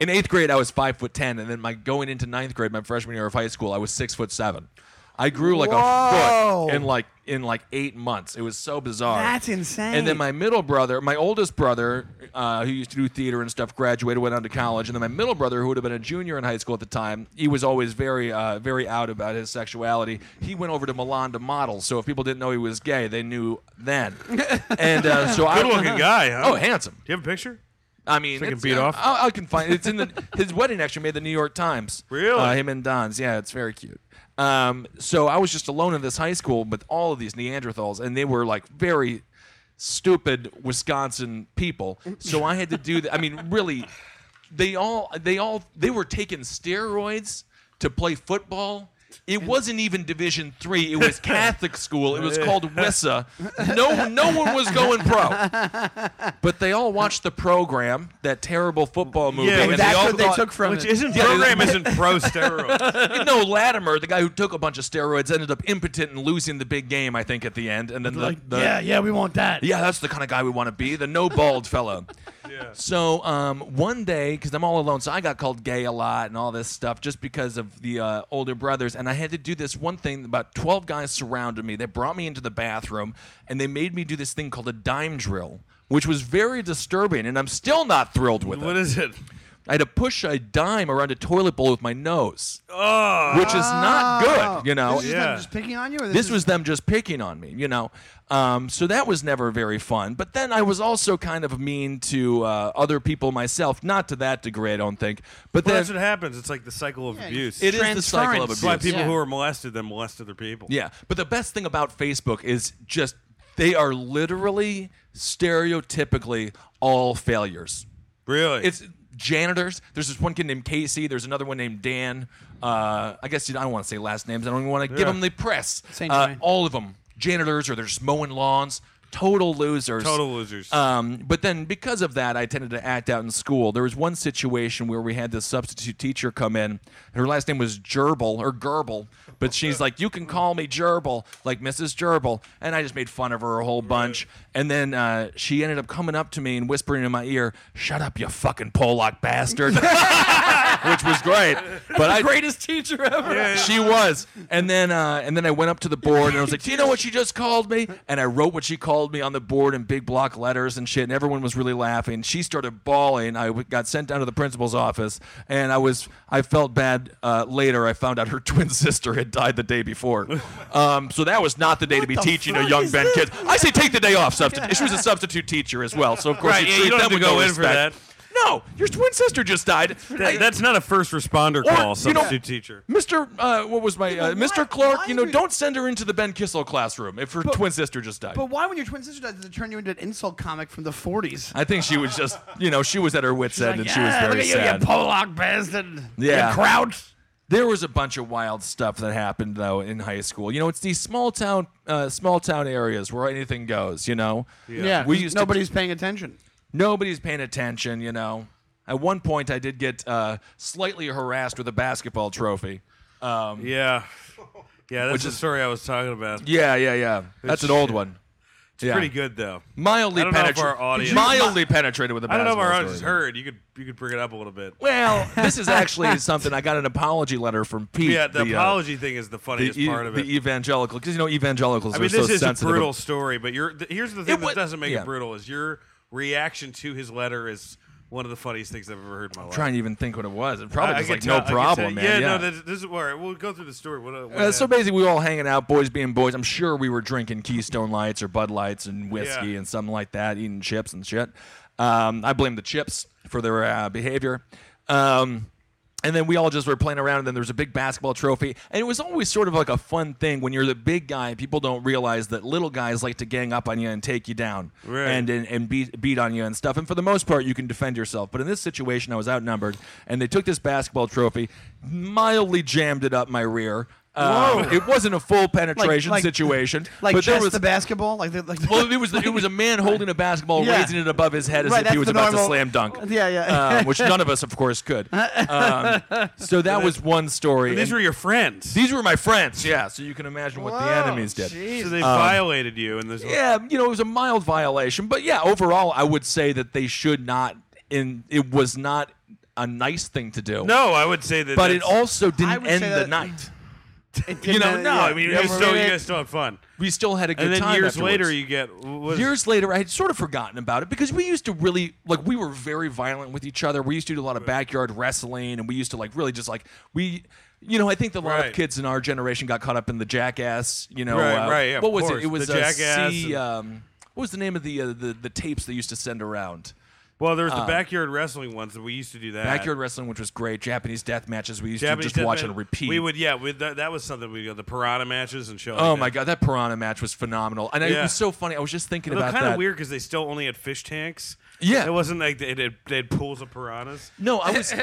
Speaker 2: in eighth grade, I was five foot ten, and then my going into ninth grade, my freshman year of high school, I was six foot seven. I grew like
Speaker 3: Whoa.
Speaker 2: a foot in like in like eight months. It was so bizarre.
Speaker 3: That's insane.
Speaker 2: And then my middle brother, my oldest brother, uh, who used to do theater and stuff, graduated, went on to college, and then my middle brother, who would have been a junior in high school at the time, he was always very, uh, very out about his sexuality. He went over to Milan to model, so if people didn't know he was gay, they knew then. and uh, so I
Speaker 1: Good looking guy, huh?
Speaker 2: Oh, handsome.
Speaker 1: Do you have a picture?
Speaker 2: I mean,
Speaker 1: I can
Speaker 2: it's- Oh,
Speaker 1: beat off?
Speaker 2: I, I can find it's in the his wedding actually made the New York Times.
Speaker 1: Really?
Speaker 2: Uh, him and Don's. Yeah, it's very cute. Um, so I was just alone in this high school with all of these Neanderthals, and they were like very stupid Wisconsin people. So I had to do. The, I mean, really, they all they all they were taking steroids to play football. It wasn't even Division Three. It was Catholic school. It was called WISA. No, no one was going pro. But they all watched the program, that terrible football movie.
Speaker 1: Yeah,
Speaker 2: and
Speaker 1: which-
Speaker 3: That's
Speaker 2: all
Speaker 3: what they
Speaker 2: thought-
Speaker 3: took from
Speaker 1: Which
Speaker 3: it.
Speaker 1: isn't
Speaker 2: Yeah,
Speaker 1: program isn't pro steroids.
Speaker 2: You know, Latimer, the guy who took a bunch of steroids, ended up impotent and losing the big game, I think, at the end. And then the,
Speaker 3: like,
Speaker 2: the
Speaker 3: yeah, yeah, we want that.
Speaker 2: yeah, that's the kind of guy we want to be, the no bald fellow.
Speaker 1: Yeah.
Speaker 2: So um, one day, because I'm all alone, so I got called gay a lot and all this stuff just because of the uh, older brothers. And I had to do this one thing. About 12 guys surrounded me. They brought me into the bathroom and they made me do this thing called a dime drill, which was very disturbing. And I'm still not thrilled with
Speaker 1: What
Speaker 2: it.
Speaker 1: is it?
Speaker 2: I had to push a dime around a toilet bowl with my nose,
Speaker 1: Oh,
Speaker 2: which is not good, you know?
Speaker 3: This is them
Speaker 1: Yeah.
Speaker 3: just picking on you. Or this,
Speaker 2: Oh, this
Speaker 3: is-
Speaker 2: was them just picking on me, you know. Um, so that was never very fun. But then I was also kind of mean to uh, other people myself, not to that degree, I don't think. But
Speaker 1: well,
Speaker 2: then
Speaker 1: that's what happens. It's like the cycle of abuse.
Speaker 2: it is the cycle of
Speaker 3: Transference.
Speaker 1: That's why
Speaker 2: abuse.
Speaker 1: people
Speaker 3: Yeah.
Speaker 1: who are molested then molest other people.
Speaker 2: Yeah, but the best thing about Facebook is just they are literally stereotypically all failures.
Speaker 1: really.
Speaker 2: It's janitors. There's this one kid named Casey. There's another one named Dan. Uh, I guess you know, I don't want to say last names. I don't even want to give
Speaker 1: Yeah.
Speaker 2: them the press.
Speaker 3: Saint
Speaker 2: Uh,
Speaker 3: John.
Speaker 2: all of them janitors, or they're just mowing lawns. Total losers.
Speaker 1: Total losers.
Speaker 2: Um, but then because of that, I tended to act out in school. There was one situation where we had this substitute teacher come in. Her last name was Gerbil or Gerbil, but she's like, "You can call me Gerbil, like Mrs. Gerbil," and I just made fun of her a whole bunch. And then uh, she ended up coming up to me and whispering in my ear, "Shut up, you fucking Pollock bastard," which was great. But I
Speaker 5: Greatest teacher ever.
Speaker 2: she was. And then uh, and then I went up to the board and I was like, "Do you know what she just called me?" And I wrote what she called me on the board in big block letters and shit. And everyone was really laughing. She started bawling. I w- got sent down to the principal's office, and I was I felt bad. Uh, later, I found out her twin sister had died the day before. Um, so that was not the day to be
Speaker 3: the
Speaker 2: teaching a
Speaker 3: fuck
Speaker 2: young
Speaker 3: is
Speaker 2: Ben
Speaker 3: this?
Speaker 2: kid. I say take the day off. Substitute. She was a substitute teacher as well, so of course
Speaker 1: Right,
Speaker 2: you
Speaker 1: yeah, you
Speaker 2: treat
Speaker 1: don't have
Speaker 2: them
Speaker 1: to
Speaker 2: with
Speaker 1: go
Speaker 2: no
Speaker 1: in for
Speaker 2: respect.
Speaker 1: that.
Speaker 2: No, your twin sister just died.
Speaker 1: That-
Speaker 2: I-
Speaker 1: that's not a first responder call,
Speaker 2: you know-
Speaker 1: substitute teacher.
Speaker 2: Mr. Uh, what was my uh,
Speaker 3: but why-
Speaker 2: Mr. Clark?
Speaker 3: why
Speaker 2: You know,
Speaker 3: do-
Speaker 2: don't send her into the Ben Kissel classroom if her twin sister just died.
Speaker 3: But why, when your twin sister dies, does it turn you into an insult comic from the 40s?
Speaker 2: I think she was just, you know, she was at her wits end and
Speaker 3: Like,
Speaker 2: she was
Speaker 3: "Yeah,
Speaker 2: very
Speaker 3: look at you,
Speaker 2: sad.
Speaker 3: you Pollock bastard.
Speaker 2: Yeah.
Speaker 3: You Kraut.
Speaker 2: There was a bunch of wild stuff that happened though in high school. You know, it's these small town, uh, small town areas where anything goes. You know,
Speaker 3: Yeah,
Speaker 2: We used to-
Speaker 3: nobody's paying attention.
Speaker 2: nobody's paying attention. You know, at one point I did get uh, slightly harassed with a basketball trophy. Um,
Speaker 1: Yeah. Yeah, that's
Speaker 2: Which
Speaker 1: the
Speaker 2: is-
Speaker 1: story I was talking about.
Speaker 2: yeah, yeah, yeah. That's an old one.
Speaker 1: It's pretty good though.
Speaker 2: Mildly
Speaker 1: I don't know if
Speaker 2: penetra-
Speaker 1: our audience-
Speaker 2: Mildly penetrated with a
Speaker 1: I don't know if
Speaker 2: basketball
Speaker 1: our audience has
Speaker 2: story.
Speaker 1: heard. You could you could bring it up a little bit.
Speaker 2: Well, this is actually something I got an apology letter from Pete.
Speaker 1: Yeah, the,
Speaker 2: uh,
Speaker 1: apology thing is the
Speaker 2: the,
Speaker 1: funniest
Speaker 2: e-
Speaker 1: part of
Speaker 2: the
Speaker 1: it.
Speaker 2: evangelical, because you know evangelicals
Speaker 1: I
Speaker 2: are
Speaker 1: mean,
Speaker 2: so
Speaker 1: this is a
Speaker 2: sensitive.
Speaker 1: brutal story, but you're, th- here's the thing
Speaker 2: It wa-
Speaker 1: that doesn't make
Speaker 2: yeah.
Speaker 1: it brutal is your reaction to his letter is one of the funniest things I've ever heard in my life.
Speaker 2: trying to even think what it was. It
Speaker 1: I-
Speaker 2: probably
Speaker 1: I
Speaker 2: was
Speaker 1: could
Speaker 2: like
Speaker 1: tell- I
Speaker 2: no
Speaker 1: could
Speaker 2: problem,
Speaker 1: tell-
Speaker 2: man.
Speaker 1: Yeah,
Speaker 2: yeah.
Speaker 1: no, this, this is all right. We'll go through the story. What, uh, what
Speaker 2: Uh, so
Speaker 1: happened?
Speaker 2: basically, we were all hanging out, boys being boys. I'm sure we were drinking Keystone Lights or Bud Lights and whiskey
Speaker 1: Yeah.
Speaker 2: and something like that, eating chips and shit. Um, I blame the chips for their uh, behavior. Um, and then we all just were playing around, and then there was a big basketball trophy. And it was always sort of like a fun thing when you're the big guy. People don't realize that little guys like to gang up on you and take you down
Speaker 1: Right.
Speaker 2: and, and, and beat, beat on you and stuff. And for the most part, you can defend yourself. But in this situation, I was outnumbered, and they took this basketball trophy, mildly jammed it up my rear. Um, it wasn't a full penetration
Speaker 3: like-
Speaker 2: situation,
Speaker 3: Like
Speaker 2: but there
Speaker 3: chest
Speaker 2: was.
Speaker 3: the basketball, like the, like
Speaker 2: well, it was it was a man holding a basketball,
Speaker 3: Yeah.
Speaker 2: raising it above his head as
Speaker 3: Right,
Speaker 2: if he
Speaker 3: that's
Speaker 2: was
Speaker 3: the
Speaker 2: about to
Speaker 3: normal-
Speaker 2: slam dunk.
Speaker 3: Yeah, yeah.
Speaker 2: um, which none of us, of course, could. Um, so that was one story.
Speaker 1: And these
Speaker 2: and
Speaker 1: were your friends.
Speaker 2: these were my friends, yeah. So you can imagine what the
Speaker 3: Wow,
Speaker 2: enemies did.
Speaker 3: jeez.
Speaker 1: so they violated you, and there's
Speaker 2: um, Yeah, you know, it was a mild violation, but yeah, overall, I would say that they should not. In it was not a nice thing to do.
Speaker 1: no. I would say that,
Speaker 2: but it
Speaker 1: that's-
Speaker 2: also
Speaker 3: I
Speaker 2: didn't
Speaker 3: would
Speaker 2: end
Speaker 3: say
Speaker 2: the
Speaker 3: that-
Speaker 2: night.
Speaker 3: it
Speaker 2: you know,
Speaker 3: didn't-
Speaker 2: no,
Speaker 3: yeah.
Speaker 1: I mean,
Speaker 2: Yeah,
Speaker 1: you
Speaker 2: we're
Speaker 1: still
Speaker 2: in
Speaker 1: you
Speaker 2: it.
Speaker 1: guys still had fun,
Speaker 2: We still had a good
Speaker 1: and then
Speaker 2: time.
Speaker 1: years later
Speaker 2: afterwards.
Speaker 1: you get what was-
Speaker 2: years later, I had sort of forgotten about it because we used to really like we were very violent with each other. We used to do a lot of backyard wrestling, and we used to like really just like we, you know, I think that a lot of
Speaker 1: Right.
Speaker 2: kids in our generation got caught up in the jackass. You know,
Speaker 1: Right,
Speaker 2: uh,
Speaker 1: right, yeah,
Speaker 2: what
Speaker 1: of
Speaker 2: was
Speaker 1: course.
Speaker 2: it? It was
Speaker 1: The
Speaker 2: uh,
Speaker 1: Jackass
Speaker 2: C,
Speaker 1: and-
Speaker 2: um, what was the name of the uh, the the tapes they used to send around?
Speaker 1: Well, there was the backyard wrestling ones that we used to do that.
Speaker 2: Um, Backyard wrestling, which was great. Japanese death matches we used
Speaker 1: Japanese
Speaker 2: to just watch
Speaker 1: death
Speaker 2: and
Speaker 1: match-
Speaker 2: repeat.
Speaker 1: We would, yeah, we, that, that was something we got the piranha matches and show.
Speaker 2: Oh my god, that piranha match was phenomenal, and it
Speaker 1: Yeah.
Speaker 2: was so funny. I was just thinking
Speaker 1: It
Speaker 2: about
Speaker 1: was kind
Speaker 2: that.
Speaker 1: of weird because they still only had fish tanks.
Speaker 2: Yeah.
Speaker 1: it wasn't like they had, they had pools of piranhas.
Speaker 2: No, I was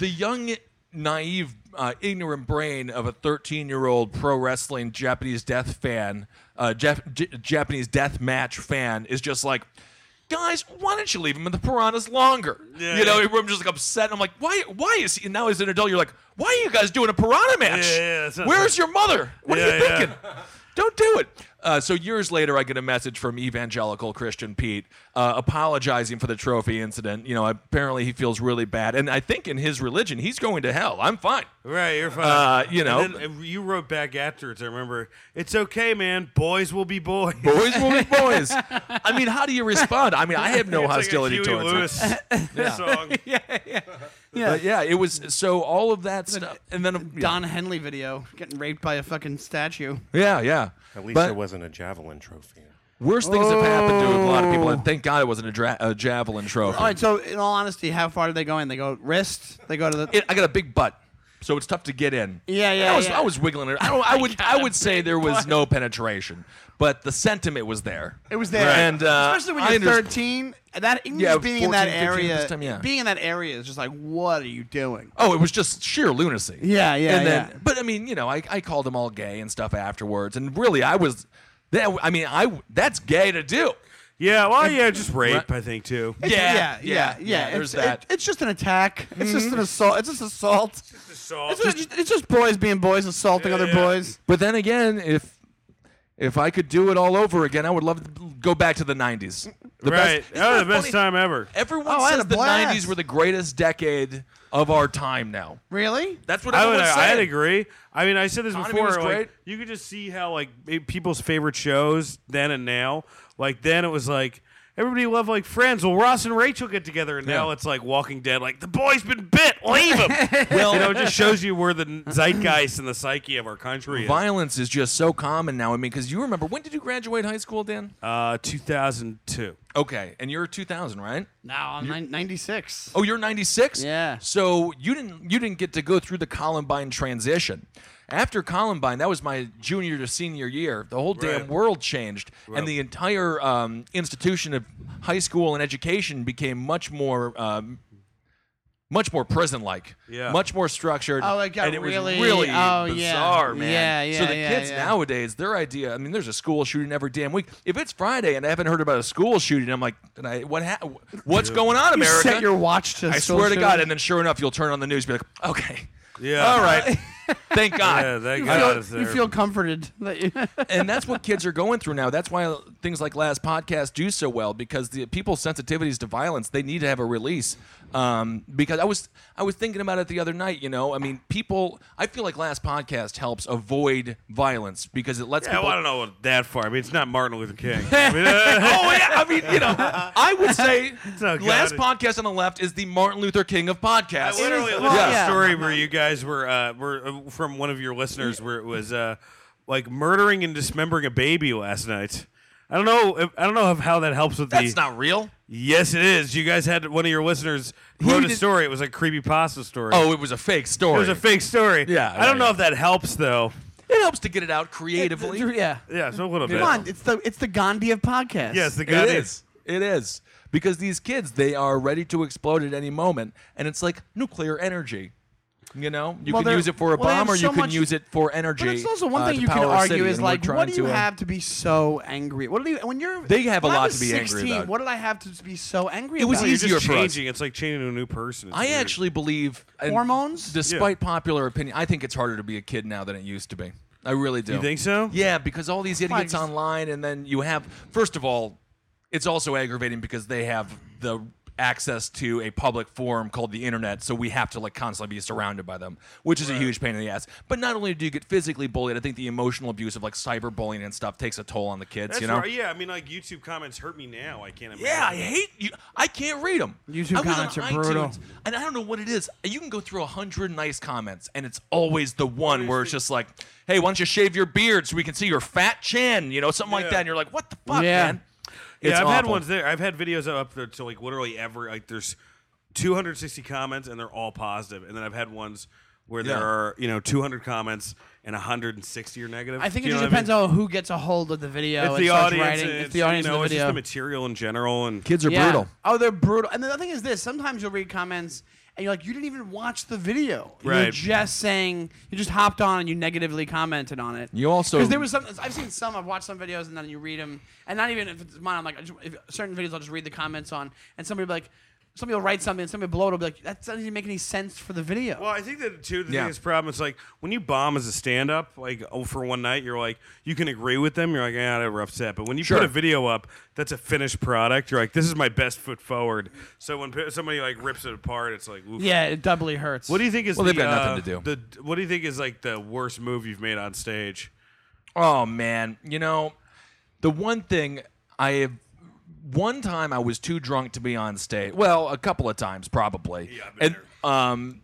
Speaker 2: the young, naive, uh, ignorant brain of a 13 year old pro wrestling Japanese death fan, uh, Jap- J- Japanese death match fan, is just like, guys, why don't you leave him in the piranhas longer?
Speaker 1: Yeah.
Speaker 2: You know, I'm just like upset. I'm like, why? Why is he? And now as an adult, you're like, why are you guys doing a piranha match?
Speaker 1: Yeah, yeah, that's not-
Speaker 2: Where's your mother? What are
Speaker 1: Yeah,
Speaker 2: you
Speaker 1: yeah.
Speaker 2: thinking? Don't do it. Uh, so years later, I get a message from evangelical Christian Pete uh, apologizing for the trophy incident. You know, apparently he feels really bad, and I think in his religion he's going to hell. I'm fine.
Speaker 1: Right, you're fine.
Speaker 2: Uh, you know.
Speaker 1: and then, uh, you wrote back afterwards. I remember. It's okay, man. Boys will be boys.
Speaker 2: Boys will be boys. I mean, how do you respond? I mean, I have no
Speaker 1: It's like a
Speaker 2: hostility
Speaker 1: Huey
Speaker 2: towards it.
Speaker 1: Lewis song.
Speaker 2: But yeah, it was so all of that stuff, and then yeah.
Speaker 3: Don Henley video getting raped by a fucking statue.
Speaker 2: Yeah, yeah.
Speaker 4: At least
Speaker 2: But-
Speaker 4: it wasn't a javelin trophy.
Speaker 2: Worst things have happened to a lot of people, and thank God it wasn't a, dra- a javelin trophy.
Speaker 3: All right, so in all honesty, how far do they go in? They go wrist. They go to the.
Speaker 2: It- I got a big butt, so it's tough to get in.
Speaker 3: Yeah, yeah,
Speaker 2: I was,
Speaker 3: yeah.
Speaker 2: I was wiggling it. I, don't, I would, I would say there was no penetration, but the sentiment was there.
Speaker 3: It was there,
Speaker 2: and uh,
Speaker 3: especially when
Speaker 2: I
Speaker 3: you're
Speaker 2: under-
Speaker 3: 13. and That even
Speaker 2: Yeah,
Speaker 3: just being in that
Speaker 2: 14, 15
Speaker 3: area,
Speaker 2: this time, yeah.
Speaker 3: being in that area is just like, what are you doing?
Speaker 2: Oh, it was just sheer lunacy.
Speaker 3: Yeah, yeah,
Speaker 2: And then,
Speaker 3: yeah.
Speaker 2: but I mean, you know, I, I called them all gay and stuff afterwards, and really, I was. That, I mean, I that's gay to do.
Speaker 1: Yeah, well, yeah, just rape, I think too.
Speaker 3: It's-
Speaker 2: Yeah,
Speaker 3: yeah,
Speaker 2: yeah,
Speaker 3: yeah,
Speaker 2: yeah, there's
Speaker 3: It's, it-
Speaker 2: that. Mm-hmm.
Speaker 3: it's just an attack. It's just an assault. It's just assault. It's just, it's just boys being boys assaulting other
Speaker 1: yeah.
Speaker 3: boys.
Speaker 2: But then again, if if I could do it all over again, I would love to go back to the '90s. The
Speaker 1: right.
Speaker 2: Best, isn't
Speaker 1: That was
Speaker 2: that
Speaker 1: the best
Speaker 2: funny?
Speaker 1: time ever.
Speaker 2: Everyone
Speaker 3: Oh, I had
Speaker 2: says
Speaker 3: a
Speaker 2: the
Speaker 3: blast.
Speaker 2: '90s were the greatest decade of our time. Now,
Speaker 3: Really?
Speaker 2: that's what
Speaker 1: I
Speaker 2: everyone's
Speaker 1: would,
Speaker 2: saying.
Speaker 1: I'd agree. I mean, I said this
Speaker 2: Economy
Speaker 1: before.
Speaker 2: was great.
Speaker 1: Like, you could just see how like eh, people's favorite shows then and now. Like then it was like everybody loved like Friends. Well, Ross and Rachel get together, and now
Speaker 2: Yeah.
Speaker 1: it's like Walking Dead. Like the boy's been bit. Leave him.
Speaker 2: Well-
Speaker 1: you know, it just shows you where the zeitgeist and the psyche of our country is.
Speaker 2: Violence is just so common now. I mean, because you remember when did you graduate high school, Dan?
Speaker 1: Uh, 2002.
Speaker 2: Okay, and you're 2000, right?
Speaker 3: No, I'm nine- 96.
Speaker 2: Oh, you're 96.
Speaker 3: Yeah.
Speaker 2: So you didn't you didn't get to go through the Columbine transition. After Columbine, that was my junior to senior year. The whole damn
Speaker 1: Right.
Speaker 2: world changed, and the entire um, institution of high school and education became much more um, much more prison-like,
Speaker 1: Yeah.
Speaker 2: much more structured.
Speaker 3: Oh, it got
Speaker 2: and it
Speaker 3: really-
Speaker 2: was really
Speaker 3: oh, yeah.
Speaker 2: bizarre, man.
Speaker 3: Yeah,
Speaker 2: So
Speaker 3: yeah,
Speaker 2: the
Speaker 3: yeah,
Speaker 2: kids
Speaker 3: yeah.
Speaker 2: nowadays, their idea. I mean, there's a school shooting every damn week. If it's Friday and I haven't heard about a school shooting, I'm like, and I, what? Ha- what's going on,
Speaker 3: You
Speaker 2: America?
Speaker 3: set your watch to.
Speaker 2: I
Speaker 3: school
Speaker 2: swear to God.
Speaker 3: shooting?
Speaker 2: And then sure enough, you'll turn on the news, be like, okay,
Speaker 1: Yeah.
Speaker 2: all right, thank God.
Speaker 1: Yeah, that
Speaker 3: you
Speaker 1: guy
Speaker 3: feel,
Speaker 1: is there.
Speaker 3: you feel comforted. that you-
Speaker 2: and that's what kids are going through now. That's why things like last podcast do so well because the people's sensitivities to violence they need to have a release. Um, because I was I was thinking about it the other night. You know, I mean, people. I feel like last podcast helps avoid violence because it lets
Speaker 1: Yeah,
Speaker 2: people.
Speaker 1: well, I don't know that far. I mean, it's not Martin Luther King. I mean,
Speaker 2: oh yeah, I mean, you know, I would say
Speaker 1: not
Speaker 2: last
Speaker 1: good.
Speaker 2: podcast on the left is the Martin Luther King of podcasts.
Speaker 1: I literally
Speaker 3: well,
Speaker 1: listened to
Speaker 3: yeah.
Speaker 1: a story where you guys were uh, were uh, from one of your listeners where it was uh, like murdering and dismembering a baby last night. I don't know. If, I don't know if, how that helps with
Speaker 2: That's
Speaker 1: the.
Speaker 2: not real.
Speaker 1: yes, it is. You guys had one of your listeners wrote a
Speaker 2: did-
Speaker 1: story. It was a creepy pasta story.
Speaker 2: Oh, it was a fake story.
Speaker 1: it was a fake story.
Speaker 2: Yeah,
Speaker 1: I don't
Speaker 2: right.
Speaker 1: know if that helps though.
Speaker 2: It helps to get it out creatively.
Speaker 5: yeah.
Speaker 1: Yeah, so a little bit.
Speaker 5: Come on, it's the it's the Gandhi of podcasts.
Speaker 1: Yes, the guy
Speaker 2: It
Speaker 1: did.
Speaker 2: is. It is. Because these kids, they are ready to explode at any moment. And it's like nuclear energy. You know, you
Speaker 3: Well,
Speaker 2: can
Speaker 3: they're-
Speaker 2: use it for a
Speaker 3: well, they have
Speaker 2: bomb or
Speaker 3: so
Speaker 2: you can
Speaker 3: much-
Speaker 2: use it for energy.
Speaker 3: But it's also one
Speaker 2: uh,
Speaker 3: thing
Speaker 2: to
Speaker 3: you can
Speaker 2: power a
Speaker 3: argue
Speaker 2: city,
Speaker 3: is
Speaker 2: and we're
Speaker 3: like,
Speaker 2: trying
Speaker 3: what do you
Speaker 2: to, uh,
Speaker 3: have to be so angry? What do you when you're
Speaker 2: They have a
Speaker 3: when I
Speaker 2: lot
Speaker 3: was
Speaker 2: to be angry
Speaker 3: 16,
Speaker 2: about.
Speaker 3: What did I have to be so angry?
Speaker 2: It was
Speaker 3: about?
Speaker 1: You're
Speaker 2: easier
Speaker 1: just
Speaker 2: for us.
Speaker 1: changing. It's like changing to a new person. It's
Speaker 2: I
Speaker 1: weird.
Speaker 2: actually believe and
Speaker 3: Hormones?
Speaker 2: Despite popular opinion, I think it's harder to be a kid now than it used to be. I really do.
Speaker 1: You think so?
Speaker 2: Yeah, because all these idiots
Speaker 3: just-
Speaker 2: online, and then you have. First of all, it's also aggravating because they have the access to a public forum called the internet, so we have to like constantly be surrounded by them, which is a huge pain in the ass. But not only do you get physically bullied, I think the emotional abuse of like cyberbullying and stuff takes a toll on the kids.
Speaker 1: That's
Speaker 2: you know.
Speaker 1: right. Yeah, I mean, like YouTube comments hurt me now. I can't imagine.
Speaker 2: Yeah, I hate you. I can't read them.
Speaker 3: YouTube
Speaker 2: I was on
Speaker 3: comments are brutal.
Speaker 2: iTunes, And I don't know what it is. You can go through a hundred nice comments, and it's always the one where it's just like, "Hey, why don't you shave your beard so we can see your fat chin?" You know, something like
Speaker 1: Yeah.
Speaker 2: that. And you're like, "What the fuck,
Speaker 3: Yeah.
Speaker 2: man?"
Speaker 1: Yeah,
Speaker 2: It's
Speaker 1: I've had
Speaker 2: awful.
Speaker 1: ones there. I've had videos up there to like literally every like there's 260 comments and they're all positive, and then I've had ones where there
Speaker 2: Yeah.
Speaker 1: are you know 200 comments and 160 are negative.
Speaker 3: I think
Speaker 1: Do you
Speaker 3: it just
Speaker 1: know what
Speaker 3: depends
Speaker 1: I mean?
Speaker 3: on who gets a hold of the video.
Speaker 1: It's
Speaker 3: and
Speaker 1: the
Speaker 3: starts
Speaker 1: audience.
Speaker 3: Writing.
Speaker 1: It's,
Speaker 3: It's, the audience
Speaker 1: You
Speaker 3: of
Speaker 1: know,
Speaker 3: the
Speaker 1: it's just
Speaker 3: video.
Speaker 1: the material in general, and
Speaker 2: Kids are
Speaker 3: Yeah.
Speaker 2: brutal.
Speaker 3: Oh, they're brutal. And the thing is this: sometimes you'll read comments and you're like, you didn't even watch the video. You're
Speaker 1: Right.
Speaker 3: just saying you just hopped on and you negatively commented on it.
Speaker 2: You also-
Speaker 3: because there was some. I've seen some. I've watched some videos and then you read them, and not even if it's mine. I'm like, I just, if certain videos I'll just read the comments on, and somebody will be like. Somebody will write something, and somebody below it will be like, "That doesn't even make any sense for the video."
Speaker 1: Well, I think that too. The
Speaker 2: Yeah.
Speaker 1: biggest problem is like when you bomb as a stand-up, like oh, for one night, you're like you can agree with them. You're like, "Ah, yeah, they were upset. But when you
Speaker 2: Sure.
Speaker 1: put a video up that's a finished product, you're like, this is my best foot forward. So when p- somebody like rips it apart, it's like, oof.
Speaker 3: yeah, it doubly hurts.
Speaker 1: What do you think is
Speaker 2: Well,
Speaker 1: the,
Speaker 2: they've got nothing
Speaker 1: uh,
Speaker 2: to
Speaker 1: The, what do you think is like the worst move you've made on stage?
Speaker 2: Oh man, you know, the one thing I have. One time I was too drunk to be on stage. Well, a couple of times probably.
Speaker 1: Yeah, I've been
Speaker 2: and um,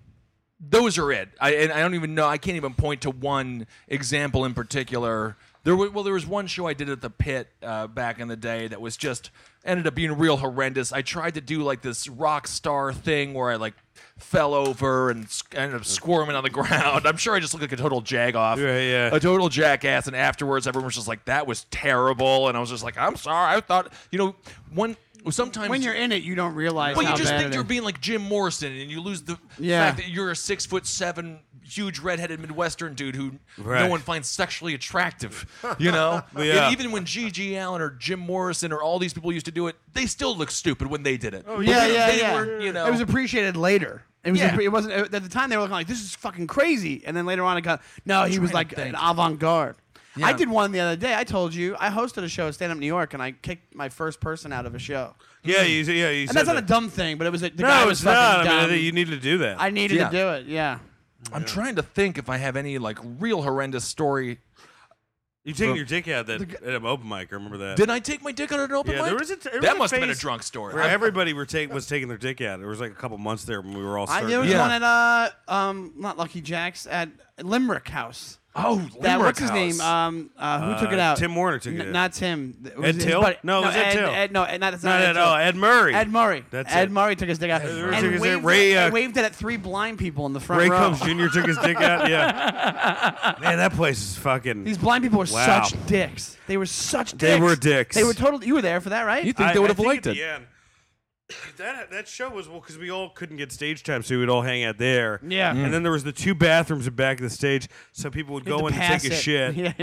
Speaker 2: those are it. I and I don't even know. I can't even point to one example in particular. There were, well, there was one show I did at the pit uh, back in the day that was just ended up being real horrendous. I tried to do like this rock star thing where I like fell over and s- ended up squirming on the ground. I'm sure I just looked like a total jag off,
Speaker 1: Yeah, yeah.
Speaker 2: a total jackass. And afterwards, everyone was just like, "That was terrible," and I was just like, "I'm sorry." I thought, you know, one sometimes
Speaker 3: When you're in it, you don't realize.
Speaker 2: well,
Speaker 3: how
Speaker 2: you just
Speaker 3: bad
Speaker 2: think
Speaker 3: it
Speaker 2: you're
Speaker 3: is.
Speaker 2: being like Jim Morrison, and you lose the
Speaker 3: Yeah.
Speaker 2: fact that you're a six foot seven, huge redheaded Midwestern dude who no
Speaker 1: Right.
Speaker 2: one finds sexually attractive. You know,
Speaker 1: Yeah.
Speaker 2: And even when G.G. Allen or Jim Morrison or all these people used to do it, they still look stupid when they did it. Oh
Speaker 3: Yeah, yeah,
Speaker 2: they
Speaker 3: yeah.
Speaker 2: Weren't, you know,
Speaker 3: It was appreciated later. It was.
Speaker 2: Yeah.
Speaker 3: It wasn't at the time. They were looking like this is fucking crazy, and then later on it got. No, he was
Speaker 2: trying
Speaker 3: like
Speaker 2: to think.
Speaker 3: an avant-garde. I
Speaker 2: Yeah.
Speaker 3: did one the other day. I told you I hosted a show at Stand Up New York, and I kicked my first person out of a show.
Speaker 1: Yeah, you, yeah, you
Speaker 3: Hmm. And that's not a dumb thing, but it was a, the guy
Speaker 1: no,
Speaker 3: was
Speaker 1: it's not. I
Speaker 3: fucking dumb.
Speaker 1: mean, I think you need to do that.
Speaker 3: I needed
Speaker 2: Yeah.
Speaker 3: to do it. Yeah.
Speaker 2: I'm trying to think if I have any like real horrendous story.
Speaker 1: you taking your dick out that at an open mic. I remember that.
Speaker 2: Did I take my dick out at an open
Speaker 1: Yeah,
Speaker 2: mic?
Speaker 1: there was a- there was
Speaker 2: that
Speaker 1: a
Speaker 2: must have been a
Speaker 1: phase
Speaker 2: drunk story.
Speaker 1: where
Speaker 2: I'm-
Speaker 1: everybody were take, was taking their dick out. There was like a couple months there when we were all
Speaker 3: I,
Speaker 1: starting.
Speaker 3: there was
Speaker 2: Yeah.
Speaker 3: one at uh um not Lucky Jack's at Limerick House.
Speaker 2: oh,
Speaker 3: That
Speaker 2: Limerick
Speaker 3: what's his
Speaker 2: House.
Speaker 3: name? Um, uh, who took
Speaker 1: Uh,
Speaker 3: it out?
Speaker 1: Tim Warner took it
Speaker 3: N-
Speaker 1: out.
Speaker 3: Not Tim. It was
Speaker 1: Ed
Speaker 3: his
Speaker 1: Till?
Speaker 3: buddy-
Speaker 1: No, it was Ed
Speaker 3: Ed
Speaker 1: Till.
Speaker 3: Ed, no, Ed, not, that's not,
Speaker 1: not
Speaker 3: Ed
Speaker 1: at
Speaker 3: Till.
Speaker 1: all. Ed Murray.
Speaker 3: Ed Murray.
Speaker 1: That's
Speaker 3: Ed
Speaker 1: it.
Speaker 3: Murray took his dick out
Speaker 1: Murray
Speaker 3: and
Speaker 1: took his dick.
Speaker 3: waved,
Speaker 1: Ray,
Speaker 3: it,
Speaker 1: uh,
Speaker 3: and waved it at three blind people in the front
Speaker 1: Ray
Speaker 3: row.
Speaker 1: Combs Jr. took his dick out. Yeah, man, that place is fucking.
Speaker 3: These blind people were
Speaker 1: Wow.
Speaker 3: such dicks. They were such dicks.
Speaker 1: They were dicks.
Speaker 3: They were total. You were there for that, right?
Speaker 2: You think they would have liked
Speaker 1: at
Speaker 2: it?
Speaker 1: the end, that that show was well because we all couldn't get stage time, so we would all hang out there.
Speaker 3: Yeah.
Speaker 1: And then there was the two bathrooms at back of the stage, so people would go in and
Speaker 3: pass
Speaker 1: take a
Speaker 3: it.
Speaker 1: shit.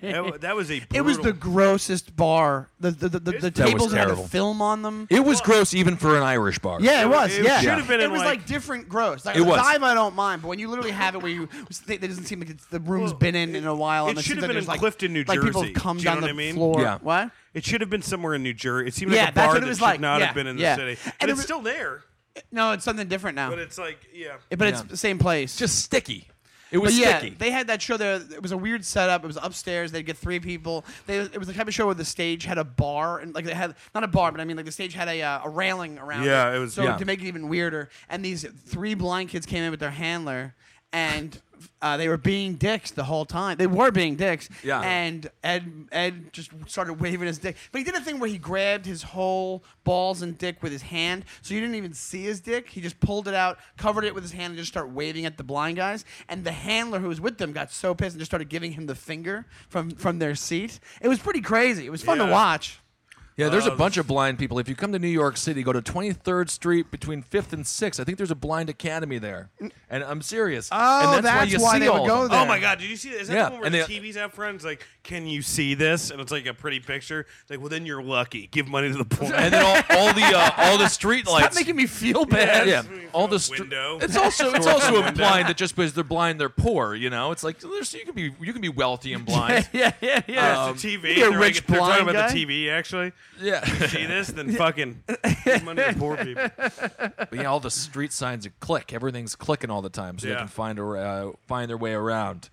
Speaker 1: that, wa- that was a. Brutal,
Speaker 3: It was the grossest bar. The the, the, the, the
Speaker 1: That
Speaker 2: was
Speaker 3: tables had a
Speaker 2: terrible.
Speaker 3: film on them.
Speaker 2: It was gross even for an Irish bar.
Speaker 3: yeah, it was.
Speaker 1: it
Speaker 3: yeah,
Speaker 1: should have been
Speaker 3: It
Speaker 1: in,
Speaker 3: was
Speaker 1: like-
Speaker 3: like, different gross. Like
Speaker 2: It
Speaker 3: a
Speaker 2: was.
Speaker 3: dive, I don't mind, but when you literally have it where you, it doesn't seem like it's, the room's
Speaker 1: Well,
Speaker 3: been in in a while.
Speaker 1: it
Speaker 3: and
Speaker 1: should
Speaker 3: seems
Speaker 1: have
Speaker 3: like
Speaker 1: been in
Speaker 3: there's, like,
Speaker 1: Clifton, New
Speaker 3: like people
Speaker 1: Jersey.
Speaker 3: have come
Speaker 1: Do you
Speaker 3: down
Speaker 1: know
Speaker 3: the
Speaker 1: what I mean?
Speaker 3: floor.
Speaker 2: Yeah.
Speaker 3: What?
Speaker 1: It should have been somewhere in New Jersey. It seemed like
Speaker 3: Yeah,
Speaker 1: a
Speaker 3: that's
Speaker 1: bar
Speaker 3: what it
Speaker 1: that
Speaker 3: was
Speaker 1: should
Speaker 3: like.
Speaker 1: not
Speaker 3: Yeah,
Speaker 1: have been in
Speaker 3: yeah.
Speaker 1: the city.
Speaker 3: And
Speaker 1: And,
Speaker 3: it
Speaker 1: it's
Speaker 3: was-
Speaker 1: still there,
Speaker 3: No, it's something different now.
Speaker 1: but it's like yeah.
Speaker 3: but it's
Speaker 2: Yeah.
Speaker 3: the same place.
Speaker 2: Just sticky. It was
Speaker 3: But yeah,
Speaker 2: sticky.
Speaker 3: they had that show there. It was a weird setup. It was upstairs. They'd get three people. They, it was the type of show where the stage had a bar and like they had not a bar, but I mean like the stage had a, uh, a railing around.
Speaker 1: Yeah, it was-
Speaker 3: So
Speaker 2: yeah.
Speaker 3: to make it even weirder, and these three blind kids came in with their handler, and uh, they were being dicks the whole time. They were being dicks.
Speaker 2: Yeah.
Speaker 3: And Ed Ed just started waving his dick, but he did a thing where he grabbed his whole balls and dick with his hand, so you didn't even see his dick. He just pulled it out, covered it with his hand, and just started waving at the blind guys. And the handler who was with them got so pissed and just started giving him the finger from from their seat. It was pretty crazy. It was fun
Speaker 1: Yeah.
Speaker 3: to watch.
Speaker 2: Yeah, there's
Speaker 1: Oh,
Speaker 2: a bunch of blind people. If you come to New York City, go to 23rd Street between 5th and 6th. I think there's a blind academy there. And I'm serious.
Speaker 3: Oh,
Speaker 2: and that's, why,
Speaker 3: that's
Speaker 2: you
Speaker 3: why
Speaker 2: see
Speaker 3: they would
Speaker 2: all of
Speaker 3: go
Speaker 2: them.
Speaker 3: there.
Speaker 1: Oh my God! Did you see? Is that
Speaker 2: Yeah,
Speaker 1: the one where
Speaker 2: and
Speaker 1: the
Speaker 2: they-
Speaker 1: TVs have friends? Like, can you see this? And it's like a pretty picture. It's like, well, then you're lucky. Give money to the poor.
Speaker 2: Oh, And then all, all the uh, all the street
Speaker 3: Stop
Speaker 2: lights.
Speaker 3: making me feel
Speaker 2: yeah,
Speaker 3: bad.
Speaker 2: yeah. all the stre-
Speaker 1: window.
Speaker 2: It's also it's also implying that just because they're blind, they're poor. You know, it's like there's, you can be you can be wealthy and blind.
Speaker 3: yeah, yeah, yeah.
Speaker 1: It's
Speaker 2: Um,
Speaker 1: the TV.
Speaker 3: you're a
Speaker 1: They're
Speaker 3: rich
Speaker 1: like- they're talking
Speaker 3: blind
Speaker 1: about
Speaker 3: guy?
Speaker 1: the TV actually.
Speaker 2: yeah,
Speaker 1: See this? Then fucking give money to poor people.
Speaker 2: But yeah, all the street signs are click. Everything's clicking all the time, so they
Speaker 1: Yeah.
Speaker 2: can find a, uh, find their way around.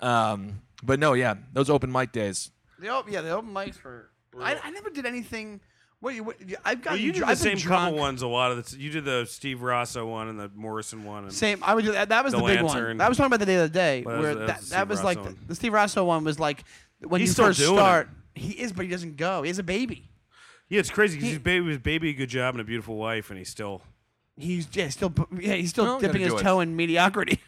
Speaker 2: Um, but no, yeah, those open mic days.
Speaker 3: The open, yeah, the open mics were. I, I never did anything. What you? What, I've got
Speaker 1: Well, you did the
Speaker 3: I've
Speaker 1: same
Speaker 3: been drunk.
Speaker 1: couple ones a lot of the. You did the Steve Rosso one and the Morrison one. And
Speaker 3: Same. I would do that. That was the
Speaker 1: Don't
Speaker 3: big
Speaker 1: answer
Speaker 3: one.
Speaker 1: and-
Speaker 3: I was talking about that the other day.
Speaker 1: Well, that
Speaker 3: where
Speaker 1: was-
Speaker 3: that,
Speaker 1: that was the Steve Rosso
Speaker 3: that was like the,
Speaker 1: one.
Speaker 3: the Steve Rosso one was like when
Speaker 1: He's
Speaker 3: you
Speaker 1: still
Speaker 3: first
Speaker 1: doing it.
Speaker 3: start. He is, but he doesn't go. He has a baby.
Speaker 1: Yeah, it's crazy because his baby was baby a good job and a beautiful wife, and he's still.
Speaker 3: He's yeah, still yeah, he's still
Speaker 2: Well, gotta
Speaker 3: dipping his
Speaker 2: do it.
Speaker 3: toe in mediocrity.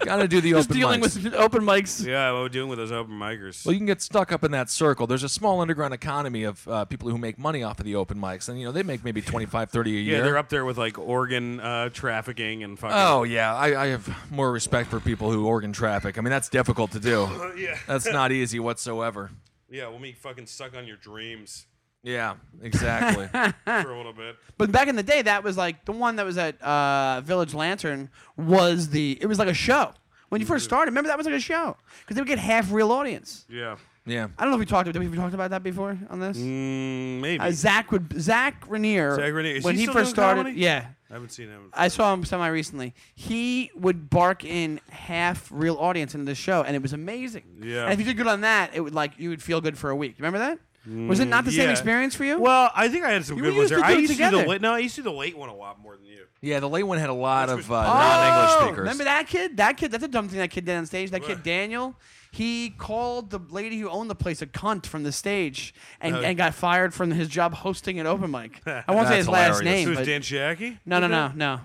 Speaker 2: Gotta do the
Speaker 3: Just
Speaker 2: open
Speaker 3: dealing
Speaker 2: mics.
Speaker 3: with open mics.
Speaker 1: Yeah, what we're doing with those open micers.
Speaker 2: Well, you can get stuck up in that circle. There's a small underground economy of uh, people who make money off of the open mics, and you know they make maybe 25, 30 a year.
Speaker 1: yeah, they're up there with like organ uh, trafficking and fucking.
Speaker 2: Oh yeah, I, I have more respect for people who organ traffic. I mean, that's difficult to do.
Speaker 1: yeah.
Speaker 2: That's not easy whatsoever.
Speaker 1: Yeah, let me fucking suck on your dreams
Speaker 2: Yeah, exactly.
Speaker 1: for a little bit.
Speaker 3: But back in the day, that was like the one that was at uh, Village Lantern was the. It was like a show when you first
Speaker 1: Mm-hmm.
Speaker 3: started. Remember that was like a show because they would get half real audience.
Speaker 1: Yeah.
Speaker 2: Yeah.
Speaker 3: I don't know if we talked about. Have we talked about that before on this?
Speaker 1: Mm, maybe.
Speaker 3: Uh, Zach would Zach Rainier.
Speaker 1: Zach Rainier. Is
Speaker 3: when
Speaker 1: he
Speaker 3: he,
Speaker 1: still doing
Speaker 3: first started,
Speaker 1: comedy?
Speaker 3: yeah,
Speaker 1: I haven't seen him.
Speaker 3: I saw him semi recently. He would bark in half real audience into the show, and it was amazing.
Speaker 1: Yeah.
Speaker 3: And if you did good on that, it would like you would feel good for a week. Remember that? was it not the same
Speaker 1: Mm, yeah.
Speaker 3: experience for you?
Speaker 1: Well, I think I had some
Speaker 3: You-
Speaker 1: good
Speaker 3: we
Speaker 1: ones
Speaker 3: used to
Speaker 1: there. I
Speaker 3: do it
Speaker 1: used to do
Speaker 3: together.
Speaker 1: the late. No, I used to do the late one a lot more than you.
Speaker 2: Yeah, the late one had a lot
Speaker 1: Which was-
Speaker 2: of uh,
Speaker 1: Oh,
Speaker 2: non-English
Speaker 3: Oh,
Speaker 2: speakers.
Speaker 3: Remember that kid? That kid. That's a dumb thing that kid did on stage. That kid
Speaker 1: What?
Speaker 3: Daniel. He called the lady who owned the place a cunt from the stage and,
Speaker 1: Oh.
Speaker 3: and got fired from his job hosting an open mic. I won't say
Speaker 2: That's
Speaker 3: his
Speaker 2: hilarious.
Speaker 3: last
Speaker 1: So
Speaker 3: name.
Speaker 1: was
Speaker 3: but-
Speaker 1: Dan Shaki?
Speaker 3: No, no, no, no.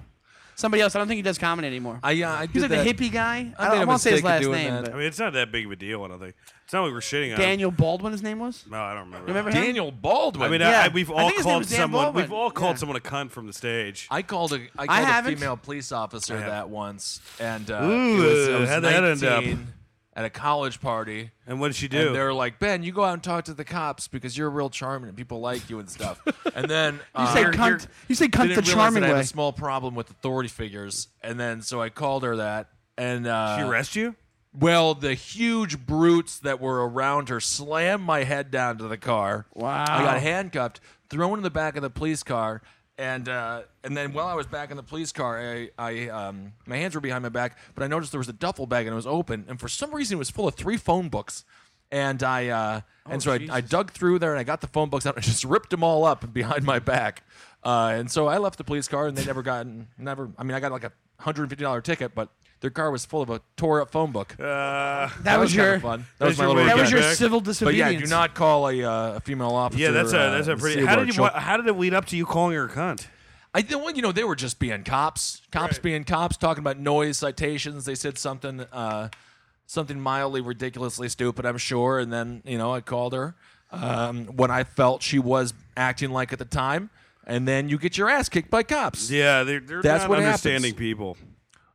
Speaker 3: Somebody else. I don't think he does comedy anymore.
Speaker 2: I, uh, I
Speaker 3: He's
Speaker 2: did
Speaker 3: like the
Speaker 2: that.
Speaker 3: hippie guy. I,
Speaker 2: made
Speaker 3: don't
Speaker 2: a
Speaker 3: want to say his
Speaker 2: mistake of
Speaker 3: last
Speaker 2: doing
Speaker 3: name.
Speaker 2: that.
Speaker 1: I
Speaker 3: But
Speaker 1: mean, it's not that big of a deal. I don't think it's not like we're shitting on him.
Speaker 3: Daniel Baldwin, his name was.
Speaker 1: No, I don't remember.
Speaker 3: Remember him?
Speaker 2: Daniel Baldwin.
Speaker 1: I mean,
Speaker 3: Yeah.
Speaker 1: I, I, we've
Speaker 3: I
Speaker 1: all
Speaker 3: think his name
Speaker 1: called
Speaker 3: was Dan
Speaker 1: someone.
Speaker 3: Baldwin.
Speaker 1: We've all called
Speaker 3: Yeah.
Speaker 1: someone a cunt from the stage.
Speaker 2: I called a I
Speaker 3: I
Speaker 2: called a
Speaker 3: haven't.
Speaker 2: female police officer
Speaker 1: haven't.
Speaker 2: that once, and uh,
Speaker 1: Ooh,
Speaker 2: it was, I was
Speaker 1: how'd that
Speaker 2: 19
Speaker 1: end up?
Speaker 2: at a college party.
Speaker 1: And what did she
Speaker 2: And
Speaker 1: do?
Speaker 2: they're like, Ben, you go out and talk to the cops because you're real charming and people like you and stuff. and then uh,
Speaker 3: You say cunt. You say
Speaker 2: I
Speaker 3: cunt
Speaker 2: didn't
Speaker 3: the
Speaker 2: realize
Speaker 3: charming
Speaker 2: that I had
Speaker 3: way.
Speaker 2: a small problem with authority figures, and then so I called her that. And uh,
Speaker 1: She arrest you?
Speaker 2: Well, the huge brutes that were around her slammed my head down to the car.
Speaker 3: Wow.
Speaker 2: I got handcuffed, thrown in the back of the police car, and uh, and then while I was back in the police car, I, I um, my hands were behind my back, but I noticed there was a duffel bag and it was open, and for some reason it was full of three phone books. And I uh, and so I, I dug through there and I got the phone books out and I just ripped them all up behind my back. Uh, and so I left the police car and they never gotten never. I mean, I got like a hundred and fifty dollar ticket, but their car was full of a tore up phone book.
Speaker 1: Uh,
Speaker 3: That was
Speaker 2: kinda
Speaker 3: your.
Speaker 2: fun.
Speaker 1: that
Speaker 2: That was
Speaker 1: was
Speaker 2: my
Speaker 1: your
Speaker 2: little
Speaker 1: way
Speaker 3: That was
Speaker 1: Yeah.
Speaker 3: your
Speaker 1: Back.
Speaker 3: civil
Speaker 2: But yeah,
Speaker 3: disobedience.
Speaker 2: do not call a, uh, a female officer.
Speaker 1: yeah, that's a
Speaker 2: uh,
Speaker 1: that's a pretty. How
Speaker 2: seaboard.
Speaker 1: did you?
Speaker 2: She'll-
Speaker 1: wha- How did it lead up to you calling her a cunt?
Speaker 2: I think well, you know they were just being cops, cops
Speaker 1: Right.
Speaker 2: being cops, talking about noise citations. They said something, uh, something mildly ridiculously stupid, I'm sure. And then you know I called her um, when I felt she was acting like at the time. and then you get your ass kicked by cops.
Speaker 1: Yeah, they're, they're
Speaker 2: That's
Speaker 1: not
Speaker 2: what happens.
Speaker 1: understanding people.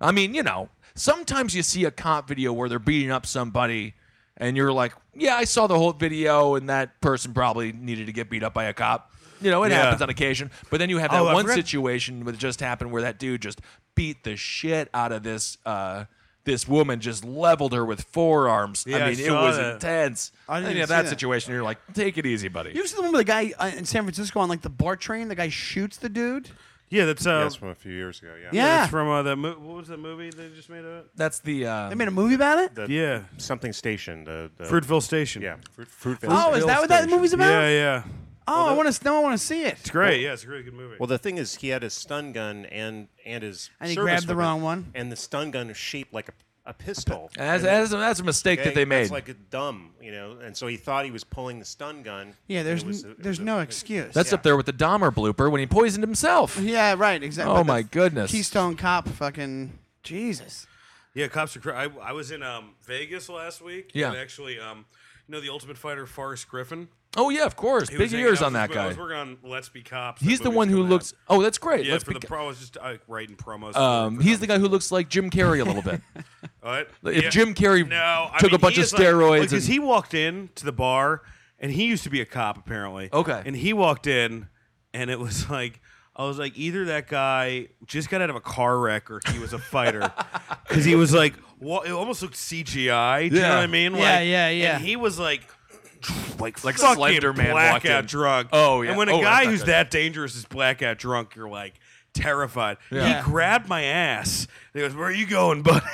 Speaker 2: I mean, you know, sometimes you see a cop video where they're beating up somebody and you're like, yeah, I saw the whole video and that person probably needed to get beat up by a cop. You know, it
Speaker 1: Yeah.
Speaker 2: happens on occasion. But then you have that
Speaker 1: Oh,
Speaker 2: one
Speaker 1: I forgot-
Speaker 2: situation that just happened where that dude just beat the shit out of this uh this woman just leveled her with forearms.
Speaker 1: Yeah,
Speaker 2: I
Speaker 1: I
Speaker 2: mean, it
Speaker 1: saw
Speaker 2: was
Speaker 1: that.
Speaker 2: intense.
Speaker 3: I
Speaker 2: and
Speaker 3: didn't
Speaker 2: you have
Speaker 3: see
Speaker 2: that,
Speaker 3: that.
Speaker 2: situation. You're like, take it ever buddy.
Speaker 5: You ever see the one where the guy uh, in San Francisco on like the BART train? The guy shoots the dude.
Speaker 1: Yeah, that's uh,
Speaker 4: That's from a few years ago. Yeah.
Speaker 5: Yeah.
Speaker 1: that's from uh, that. Mo- what was that movie they just made of it?
Speaker 2: That's the uh,
Speaker 5: They made a movie about it.
Speaker 4: The-
Speaker 1: Yeah,
Speaker 4: Something station. The, the
Speaker 1: Fruitville Station.
Speaker 4: Yeah. Fruit, Fruitvale
Speaker 5: Oh, is
Speaker 4: Station.
Speaker 5: that what that movie's about?
Speaker 1: yeah, yeah.
Speaker 5: Oh, I want to. Now I want to see it.
Speaker 1: It's great. Yeah, it's a really good movie.
Speaker 4: Well, the thing is, he had his stun gun and and his
Speaker 5: And he
Speaker 4: service
Speaker 5: grabbed the
Speaker 4: weapon,
Speaker 5: wrong one.
Speaker 4: And the stun gun is shaped like a, a pistol.
Speaker 2: that's, that's, that's a mistake that
Speaker 4: Okay?
Speaker 2: they made.
Speaker 4: That's like a dumb, you know. And so he thought he was pulling the stun gun.
Speaker 5: Yeah,
Speaker 4: and
Speaker 5: there's
Speaker 4: it was
Speaker 5: n-
Speaker 4: a- it
Speaker 5: there's
Speaker 4: was a-
Speaker 5: no excuse.
Speaker 2: That's up there with the Dahmer blooper when he poisoned himself.
Speaker 5: yeah, right. Exactly.
Speaker 2: Oh
Speaker 5: The
Speaker 2: my goodness.
Speaker 5: Keystone Cop, fucking Jesus.
Speaker 1: yeah, cops are. Cr- I, I was in um, Vegas last week.
Speaker 2: Yeah.
Speaker 1: and actually, um, you know the Ultimate Fighter, Forrest Griffin.
Speaker 2: Oh yeah, of course.
Speaker 1: He was
Speaker 2: Big
Speaker 1: hanging
Speaker 2: ears
Speaker 1: out-
Speaker 2: on that
Speaker 1: I
Speaker 2: guy.
Speaker 1: was working on Let's Be Cops. that
Speaker 2: He's the
Speaker 1: movie
Speaker 2: one
Speaker 1: was
Speaker 2: who
Speaker 1: coming
Speaker 2: looks.
Speaker 1: out.
Speaker 2: Oh, that's great.
Speaker 1: Yeah,
Speaker 2: Let's
Speaker 1: for
Speaker 2: be-
Speaker 1: the pro, I was just uh, writing promos. for-
Speaker 2: um,
Speaker 1: for
Speaker 2: he's
Speaker 1: them.
Speaker 2: the guy who looks like Jim Carrey a little bit.
Speaker 1: All right.
Speaker 2: If Jim Carrey took a bunch of steroids
Speaker 1: because
Speaker 2: and-
Speaker 1: he walked in to the bar and he used to be a cop apparently.
Speaker 2: Okay.
Speaker 1: And he walked in, and it was like. I was like, either that guy just got out of a car wreck, or he was a fighter, because he was like, wa- it almost looked CGI. Do you know
Speaker 2: Yeah.
Speaker 1: what I mean? Like,
Speaker 5: Yeah, yeah, yeah.
Speaker 1: And he was like, like,
Speaker 2: Like
Speaker 1: fucking
Speaker 2: Slender Man walked
Speaker 1: blackout
Speaker 2: in.
Speaker 1: drunk.
Speaker 2: Oh, yeah.
Speaker 1: And when a
Speaker 2: Oh, that's
Speaker 1: guy
Speaker 2: not
Speaker 1: who's
Speaker 2: good.
Speaker 1: that dangerous is blackout drunk, you're like terrified.
Speaker 2: Yeah.
Speaker 1: He grabbed my ass. And he goes, "Where are you going, buddy?"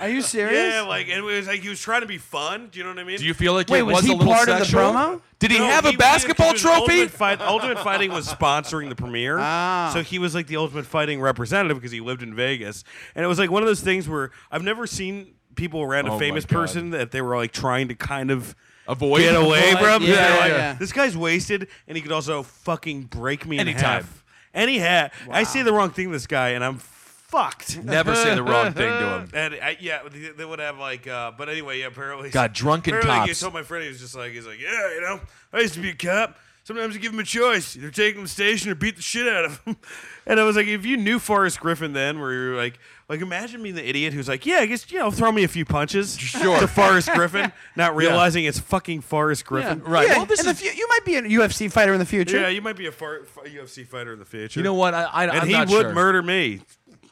Speaker 5: Are you serious?
Speaker 1: Yeah, like and it was like he was trying to be fun. Do you know what I mean?
Speaker 2: Do you feel like
Speaker 5: Wait,
Speaker 2: it
Speaker 5: was
Speaker 2: was,
Speaker 5: he
Speaker 2: a little
Speaker 5: part of the
Speaker 2: sexual?
Speaker 5: promo?
Speaker 2: Did he
Speaker 1: No,
Speaker 2: have a
Speaker 1: was-
Speaker 2: basketball
Speaker 1: because
Speaker 2: trophy?
Speaker 1: Ultimate, Fight- Ultimate Fighting was sponsoring the premiere,
Speaker 5: Ah.
Speaker 1: so he was like the Ultimate Fighting representative because he lived in Vegas, and it was like one of those things where I've never seen people around
Speaker 2: Oh
Speaker 1: a
Speaker 2: my
Speaker 1: famous
Speaker 2: God.
Speaker 1: person that they were like trying to kind of.
Speaker 2: Avoid.
Speaker 1: Get away
Speaker 5: Avoid,
Speaker 1: from
Speaker 5: yeah,
Speaker 1: They're like,
Speaker 5: yeah.
Speaker 1: This guy's wasted, and he could also fucking break me in
Speaker 2: Anytime.
Speaker 1: half. Any hat. I say the wrong thing to this guy, and I'm fucked.
Speaker 2: Never say the wrong thing to him.
Speaker 1: And I, yeah, they, they would have like, uh, but anyway, yeah, apparently.
Speaker 2: God, drunken
Speaker 1: apparently, like,
Speaker 2: cops.
Speaker 1: He told my friend he was just like, he's like, yeah, you know, I used to be a cop. Sometimes you give him a choice: either take him to the station or beat the shit out of him. And I was like, if you knew Forrest Griffin then, where you were like, like imagine being the idiot who's like, yeah, I guess you know, throw me a few punches,
Speaker 2: Sure.
Speaker 1: to Forrest Griffin, not realizing it's fucking Forrest Griffin.
Speaker 2: Right.
Speaker 5: Yeah,
Speaker 2: Well, this
Speaker 5: in the
Speaker 2: is-
Speaker 5: fu- you might be an UFC fighter in the future.
Speaker 1: Yeah, you might be a far, f- UFC fighter in the future.
Speaker 2: You know what? I, I,
Speaker 1: And
Speaker 2: I'm
Speaker 1: he
Speaker 2: not
Speaker 1: would
Speaker 2: sure.
Speaker 1: murder me.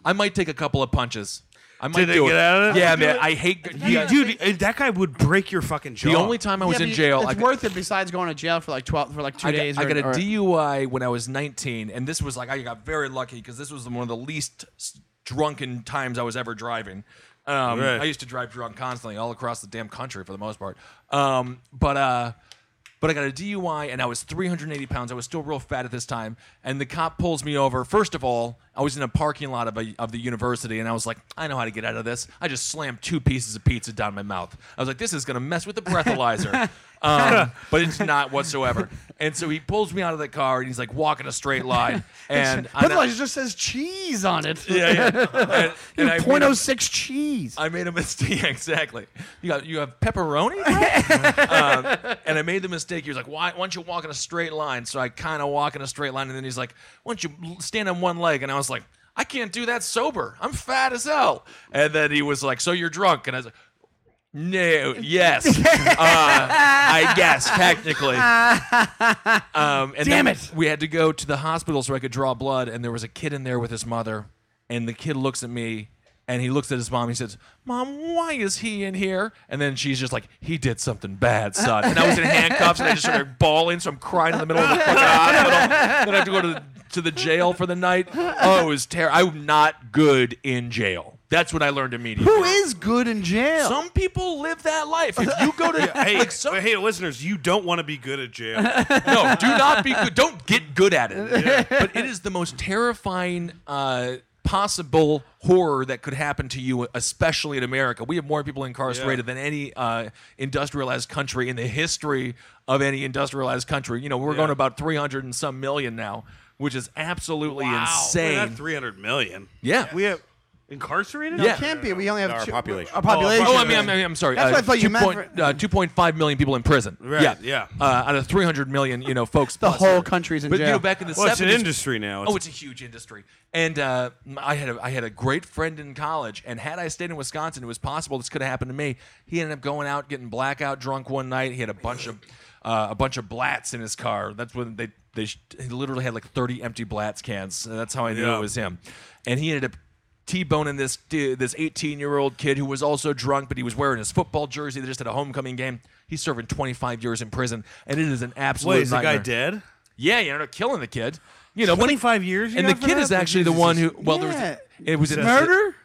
Speaker 2: I might take a couple of punches. I might
Speaker 1: Did they
Speaker 2: do
Speaker 1: get out of it?
Speaker 2: Yeah,
Speaker 1: Do
Speaker 2: man.
Speaker 1: it.
Speaker 2: I hate.
Speaker 1: You- dude, uh, that guy would break your fucking jaw.
Speaker 2: The only time I was
Speaker 5: Yeah,
Speaker 2: in
Speaker 5: but
Speaker 2: jail,
Speaker 3: It's
Speaker 2: I,
Speaker 3: worth it. Besides going to jail for like twelve for like two
Speaker 2: I got,
Speaker 3: days.
Speaker 2: I
Speaker 3: or-
Speaker 2: got a
Speaker 3: or-
Speaker 2: DUI when I was 19, and this was like I got very lucky because this was one of the least s- drunken times I was ever driving. Um,
Speaker 1: Right.
Speaker 2: I used to drive drunk constantly all across the damn country for the most part. Um, but uh, but I got a DUI and I was 380 pounds. I was still real fat at this time, and the cop pulls me over. First of all, I was in a parking lot of a, of the university, and I was like, I know how to get out of this. I just slammed two pieces of pizza down my mouth. I was like, this is gonna mess with the breathalyzer. um, but it's not whatsoever. And so he pulls me out of the car and he's like walking a straight line. And I'm
Speaker 5: Otherwise,
Speaker 2: not,
Speaker 5: it just says cheese on it.
Speaker 2: yeah, yeah. And, and I made a-
Speaker 5: 0.06 cheese.
Speaker 2: I made a mistake. exactly. You got you have pepperoni, bro? um, and I made the mistake. He was like, why, "Why don't you walk in a straight line?" So I kind of walk in a straight line, and then he's like, "Why don't you l- stand on one leg?" And I was like, "I can't do that sober. I'm fat as hell." And then he was like, "So you're drunk?" And I was like. No. Yes. uh, I guess technically. Um, and
Speaker 5: Damn
Speaker 2: then
Speaker 5: it.
Speaker 2: We had to go to the hospital so I could draw blood, and there was a kid in there with his mother. And the kid looks at me, and he looks at his mom. He says, "Mom, why is he in here?" And then she's just like, "He did something bad, son." And I was in handcuffs, and I just started bawling, so I'm crying in the middle of the fucking hospital. Then I have to go to the, to the jail for the night. Oh, it was terrible. I'm not good in jail. That's what I learned immediately.
Speaker 5: Who is good in jail?
Speaker 2: Some people live that life. If you go to
Speaker 1: Hey,
Speaker 2: like some,
Speaker 1: hey, listeners, you don't want to be good at jail.
Speaker 2: no, do not be good. Don't get good at it. But it is the most terrifying uh, possible horror that could happen to you, especially in America. We have more people incarcerated than any uh, industrialized country in the history of any industrialized country. You know, we're going about 300 and some million now, which is absolutely
Speaker 1: We're
Speaker 2: insane.
Speaker 1: not 300 million.
Speaker 2: Yeah.
Speaker 1: We have. Incarcerated?
Speaker 2: Yeah.
Speaker 3: It can't be. We only have
Speaker 6: Our
Speaker 3: two-
Speaker 6: population.
Speaker 3: Our population.
Speaker 2: Oh, I mean, I'm, I'm sorry.
Speaker 3: That's
Speaker 2: uh,
Speaker 3: what I thought you
Speaker 2: two
Speaker 3: meant
Speaker 2: point-
Speaker 3: for-
Speaker 2: uh, 2.5 million people in prison.
Speaker 1: Right,
Speaker 2: Yeah.
Speaker 1: yeah.
Speaker 2: Uh, out of 300 million, you know, folks.
Speaker 3: The
Speaker 2: plus
Speaker 3: whole
Speaker 2: here.
Speaker 3: country's in
Speaker 2: but, you
Speaker 3: jail.
Speaker 2: know, back in the
Speaker 1: Well,
Speaker 2: 70s.
Speaker 1: it's an industry now.
Speaker 2: oh, it's a huge industry. And uh, I had a, I had a great friend in college, and had I stayed in Wisconsin, it was possible this could have happened to me. He ended up going out, getting blackout drunk one night. He had a bunch of uh, a bunch of blats in his car. That's when they they sh- he literally had like 30 empty blats cans. Uh, That's how I knew
Speaker 1: Yeah.
Speaker 2: it was him. And he ended up T-boning this d- this 18-year-old kid who was also drunk, but he was wearing his football jersey. They just had a homecoming game. He's serving 25 years in prison, and it is an absolute.
Speaker 1: Wait, is the guy
Speaker 2: nightmare.
Speaker 1: dead?
Speaker 2: Yeah, you ended up killing the kid. You know, but he-
Speaker 1: 25 years you
Speaker 2: and the
Speaker 1: got for
Speaker 2: kid
Speaker 1: that?
Speaker 2: is actually the
Speaker 1: Jesus
Speaker 2: one
Speaker 1: is-
Speaker 2: who. Well,
Speaker 3: Yeah.
Speaker 2: there was it was a
Speaker 3: Murder?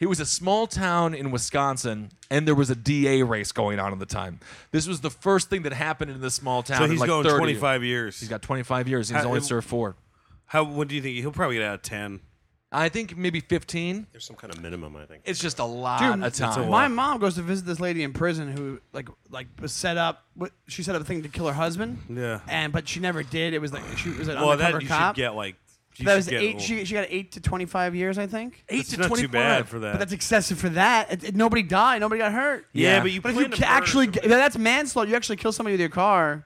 Speaker 2: It was a small town in Wisconsin, and there was a DA race going on at the time. This was the first thing that happened in this small town.
Speaker 1: So
Speaker 2: in
Speaker 1: he's
Speaker 2: like
Speaker 1: going
Speaker 2: 30
Speaker 1: 25 years.
Speaker 2: He's got 25 years. He's
Speaker 1: How- uh,
Speaker 2: only served four.
Speaker 1: How? What do you think? He'll probably get out of 10.
Speaker 2: I think maybe 15.
Speaker 6: There's some kind of minimum, I think.
Speaker 2: It's just a lot
Speaker 3: Dude,
Speaker 2: of time.
Speaker 3: My mom goes to visit this lady in prison who, like, like was set up. what- She set up a thing to kill her husband.
Speaker 1: Yeah.
Speaker 3: And but she never did. It was like she was an
Speaker 1: Well,
Speaker 3: undercover
Speaker 1: that you
Speaker 3: cop.
Speaker 1: should get like. You
Speaker 3: that
Speaker 1: should
Speaker 3: was
Speaker 1: get
Speaker 3: eight.
Speaker 1: l-
Speaker 3: She, she got eight to twenty five years, I think.
Speaker 2: Eight
Speaker 1: It's
Speaker 2: to
Speaker 1: not
Speaker 2: 25.
Speaker 1: too bad for
Speaker 3: But
Speaker 1: that.
Speaker 3: that's excessive for that. It, it- nobody died. Nobody got hurt.
Speaker 1: yeah,
Speaker 2: Yeah.
Speaker 1: but you.
Speaker 3: But if
Speaker 1: plan
Speaker 3: you
Speaker 1: to
Speaker 3: ca-
Speaker 1: murder
Speaker 3: actually,
Speaker 1: somebody-
Speaker 3: yeah, that's manslaughter. You actually kill somebody with your car.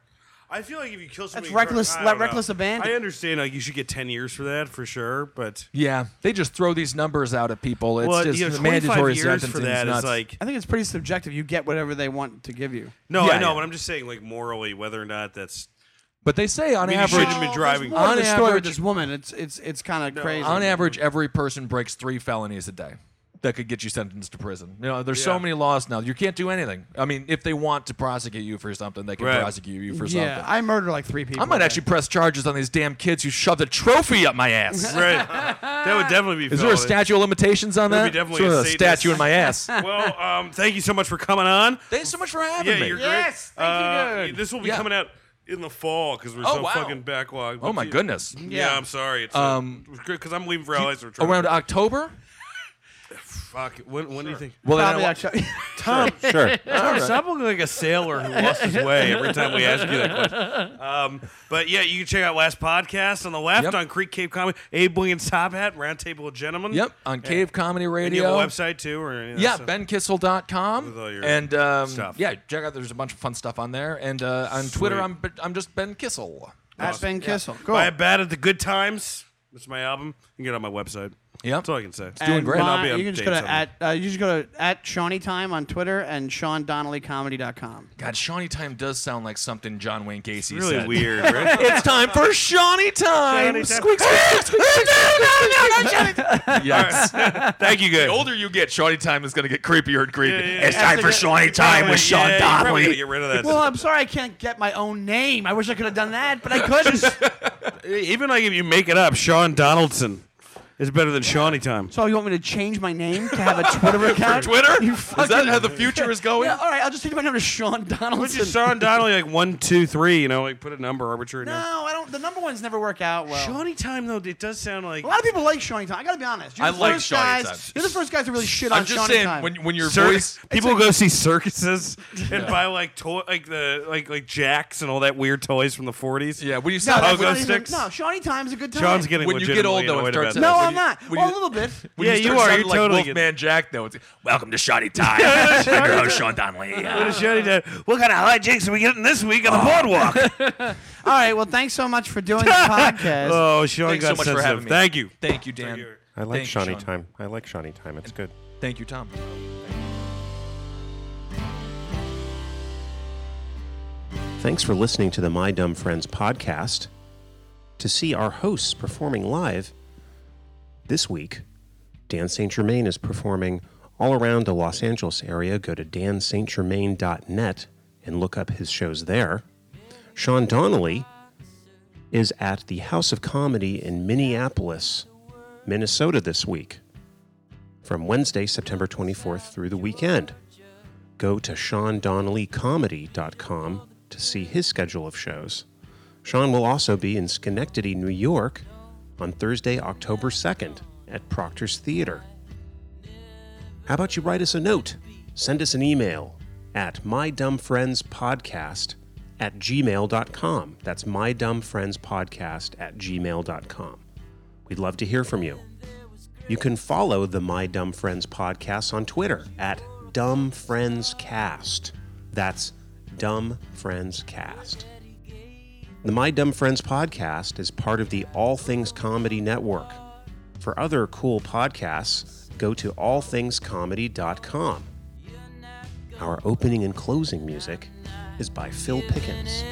Speaker 1: I feel like if you kill somebody,
Speaker 3: reckless-
Speaker 1: I don't know.
Speaker 3: reckless abandon.
Speaker 1: I understand. Like you should get 10 years for that for sure, but
Speaker 2: Yeah, they just throw these numbers out at people. It's
Speaker 1: well,
Speaker 2: just
Speaker 1: you know, 25
Speaker 2: mandatory
Speaker 1: years
Speaker 2: sentencing
Speaker 1: for
Speaker 2: is
Speaker 1: that is
Speaker 2: nuts.
Speaker 1: like
Speaker 3: I think it's pretty subjective. You get whatever they want to give you.
Speaker 1: No,
Speaker 2: Yeah,
Speaker 1: I know,
Speaker 2: yeah.
Speaker 1: but I'm just saying, like morally, whether or not that's
Speaker 2: but they say on
Speaker 1: I mean, you
Speaker 2: average,
Speaker 1: shouldn't have been driving.
Speaker 3: More on
Speaker 2: On
Speaker 3: the story with
Speaker 2: average-
Speaker 3: this woman, it's it's it's kind of crazy.
Speaker 2: on average, every person breaks three felonies a day. That could get you sentenced to prison. You know, there's
Speaker 1: Yeah.
Speaker 2: so many laws now. You can't do anything. I mean, if they want to prosecute you for something, they can
Speaker 1: Right.
Speaker 2: prosecute you for
Speaker 3: yeah,
Speaker 2: something.
Speaker 3: I murder like three people.
Speaker 2: I might actually press charges on these damn kids who shoved a trophy up my ass.
Speaker 1: right. that would definitely be.
Speaker 2: Is there a
Speaker 1: felony.
Speaker 2: statue of limitations on
Speaker 1: There'd
Speaker 2: that?
Speaker 1: be definitely
Speaker 2: Sort
Speaker 1: a
Speaker 2: of
Speaker 1: sadist.
Speaker 2: statue in my ass.
Speaker 1: Well, um, thank you so much for coming on.
Speaker 2: Thanks so much for having
Speaker 1: Yeah,
Speaker 2: me.
Speaker 1: you're great.
Speaker 3: Yes, thank you,
Speaker 1: Uh,
Speaker 3: dude.
Speaker 1: This will be
Speaker 2: Yeah.
Speaker 1: coming out in the fall because we're
Speaker 2: Oh,
Speaker 1: so
Speaker 2: wow.
Speaker 1: fucking backlogged.
Speaker 2: oh my
Speaker 1: Yeah.
Speaker 2: goodness.
Speaker 1: Yeah,
Speaker 3: Yeah.
Speaker 1: I'm sorry. It's uh,
Speaker 2: Um,
Speaker 1: because I'm leaving for LA. So we're trying
Speaker 2: Around
Speaker 1: to,
Speaker 2: October?
Speaker 1: fuck. When, when do you think?
Speaker 2: Well, then I
Speaker 3: Probably
Speaker 2: wa-
Speaker 3: actually.
Speaker 1: Tom,
Speaker 6: Sure.
Speaker 1: stop looking like a sailor who lost his way every time we ask you that question. Um, but yeah, you can check out last podcast on the left
Speaker 2: Yep.
Speaker 1: on Creek Cave Comedy, Abe Williams Top Hat, Roundtable of Gentlemen.
Speaker 2: Yep, on Cave Comedy
Speaker 1: And
Speaker 2: Radio.
Speaker 1: you have a website too, or any of that
Speaker 2: Yeah,
Speaker 1: stuff?
Speaker 2: benkissel.com.
Speaker 1: With all your
Speaker 2: And um,
Speaker 1: stuff.
Speaker 2: yeah, check out there's a bunch of fun stuff on there. And uh, on Twitter, I'm I'm just Ben Kissel.
Speaker 3: At Ben Kissel. Cool.
Speaker 1: Buy it bad at the good times. That's my album. You can get it on my website.
Speaker 2: Yep.
Speaker 1: That's all I can say.
Speaker 3: And
Speaker 2: doing great.
Speaker 3: my-
Speaker 1: I'll be
Speaker 3: you can just
Speaker 1: updates
Speaker 3: go
Speaker 1: on
Speaker 3: to at uh, you just go to at Shawnee Time on Twitter and SeanDonnellyComedy.com.
Speaker 2: God, Shawnee Time does sound like something John Wayne Gacy
Speaker 1: Really
Speaker 2: said.
Speaker 1: weird, right?
Speaker 2: It's time for Shawnee Time.
Speaker 1: Shawnee Time.
Speaker 2: Squeak, squeak, squeak, squeak, squeak, squeak, squeak. Yes.
Speaker 1: Thank you, guys.
Speaker 2: The older you get, Shawnee Time is going to get creepier and creepier.
Speaker 1: yeah, yeah.
Speaker 2: It's time for Shawnee Time with Sean
Speaker 1: yeah, you probably gotta
Speaker 2: Donnelly.
Speaker 1: get rid of that.
Speaker 3: Well, I'm sorry I can't get my own name. I wish I could have done that, but I couldn't.
Speaker 1: Even like if you make it up, Sean Donaldson is better than Shawnee time.
Speaker 3: so you want me to change my name to have a Twitter account?
Speaker 2: Twitter?
Speaker 3: You
Speaker 2: Is that
Speaker 3: fucking-
Speaker 2: how the future is going?
Speaker 3: Yeah, all right, I'll just change my name to Sean
Speaker 1: Put
Speaker 3: Donaldson.
Speaker 1: your Sean Donnelly like one, two, three. You know, like put a number arbitrary.
Speaker 3: no,
Speaker 1: number.
Speaker 3: I don't. The number ones never work out well.
Speaker 1: Shawnee time though, it does sound like
Speaker 3: a lot of people like Shawnee Time. I gotta be honest. You're
Speaker 2: I
Speaker 3: the
Speaker 2: like
Speaker 3: first
Speaker 2: Shawnee
Speaker 3: guys,
Speaker 2: Time.
Speaker 3: You're the first guys to really shit on
Speaker 2: I'm just
Speaker 3: Shawnee
Speaker 2: saying,
Speaker 3: Time.
Speaker 2: when, when your
Speaker 1: Cir-
Speaker 2: voice.
Speaker 1: people go see circuses and buy like toy, like the like like jacks and all that weird toys from the 40s.
Speaker 2: Yeah, when you
Speaker 3: no,
Speaker 2: sound
Speaker 1: Pogo
Speaker 2: like
Speaker 3: that's not
Speaker 2: when,
Speaker 3: even,
Speaker 1: sticks.
Speaker 3: no, Shawnee Time's a good time.
Speaker 1: John's getting
Speaker 2: When you get old,
Speaker 1: legitimately
Speaker 2: though,
Speaker 1: annoyed
Speaker 2: it starts
Speaker 1: about
Speaker 2: out-
Speaker 3: No,
Speaker 1: that.
Speaker 2: when
Speaker 3: I'm
Speaker 2: you-
Speaker 3: not.
Speaker 2: when
Speaker 3: Well,
Speaker 2: you-
Speaker 3: a little bit.
Speaker 2: when
Speaker 1: Yeah,
Speaker 2: start
Speaker 1: you are.
Speaker 2: sounding
Speaker 1: You're totally
Speaker 2: like Wolfman Jack, though. It's welcome to Shoddy Time. Your host, Sean Donnelly. Oh.
Speaker 1: What is Shawnee time? What kind of hijinks are we getting this week on the boardwalk?
Speaker 3: All right. Well, thanks so much for doing the podcast.
Speaker 1: Oh, Sean
Speaker 2: Thanks so
Speaker 1: got
Speaker 2: much for
Speaker 1: sensitive.
Speaker 2: having me.
Speaker 1: Thank you.
Speaker 2: Thank you, Dan.
Speaker 1: you.
Speaker 6: I like
Speaker 2: Thank you,
Speaker 6: Shawnee
Speaker 2: Sean.
Speaker 6: time. I like Shawnee time. It's good.
Speaker 2: Thank you, Tom.
Speaker 6: Thanks for listening to the My Dumb Friends podcast. To see our hosts performing live this week, Dan St. Germain is performing all around the Los Angeles area. Go to danstgermain.net and look up his shows there. Sean Donnelly is at the House of Comedy in Minneapolis, Minnesota this week from Wednesday, September 24th through the weekend go to seandonnellycomedy.com to see his schedule of shows. Sean will also be in Schenectady, New York on Thursday, October 2nd at Proctor's Theater. How about you write us a note? Send us an email at mydumbfriendspodcast at gmail.com. That's mydumbfriendspodcast at gmail.com. We'd love to hear from you. You can follow the My Dumb Friends podcast on Twitter at Dumb Friends Cast. That's Dumb Friends Cast. The My Dumb Friends podcast is part of the All Things Comedy Network. For other cool podcasts, go to allthingscomedy.com. Our opening and closing music is by Phil Pickens.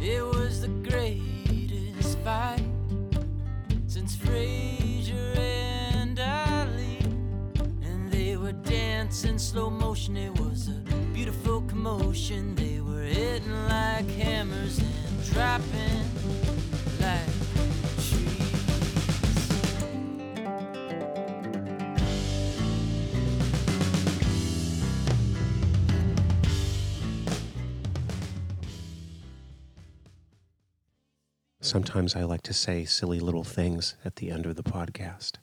Speaker 7: It was the greatest fight since Frazier and Ali, and they were dancing slow motion. It was a beautiful commotion. They were hitting like hammers and dropping like trees.
Speaker 6: Sometimes I like to say silly little things at the end of the podcast.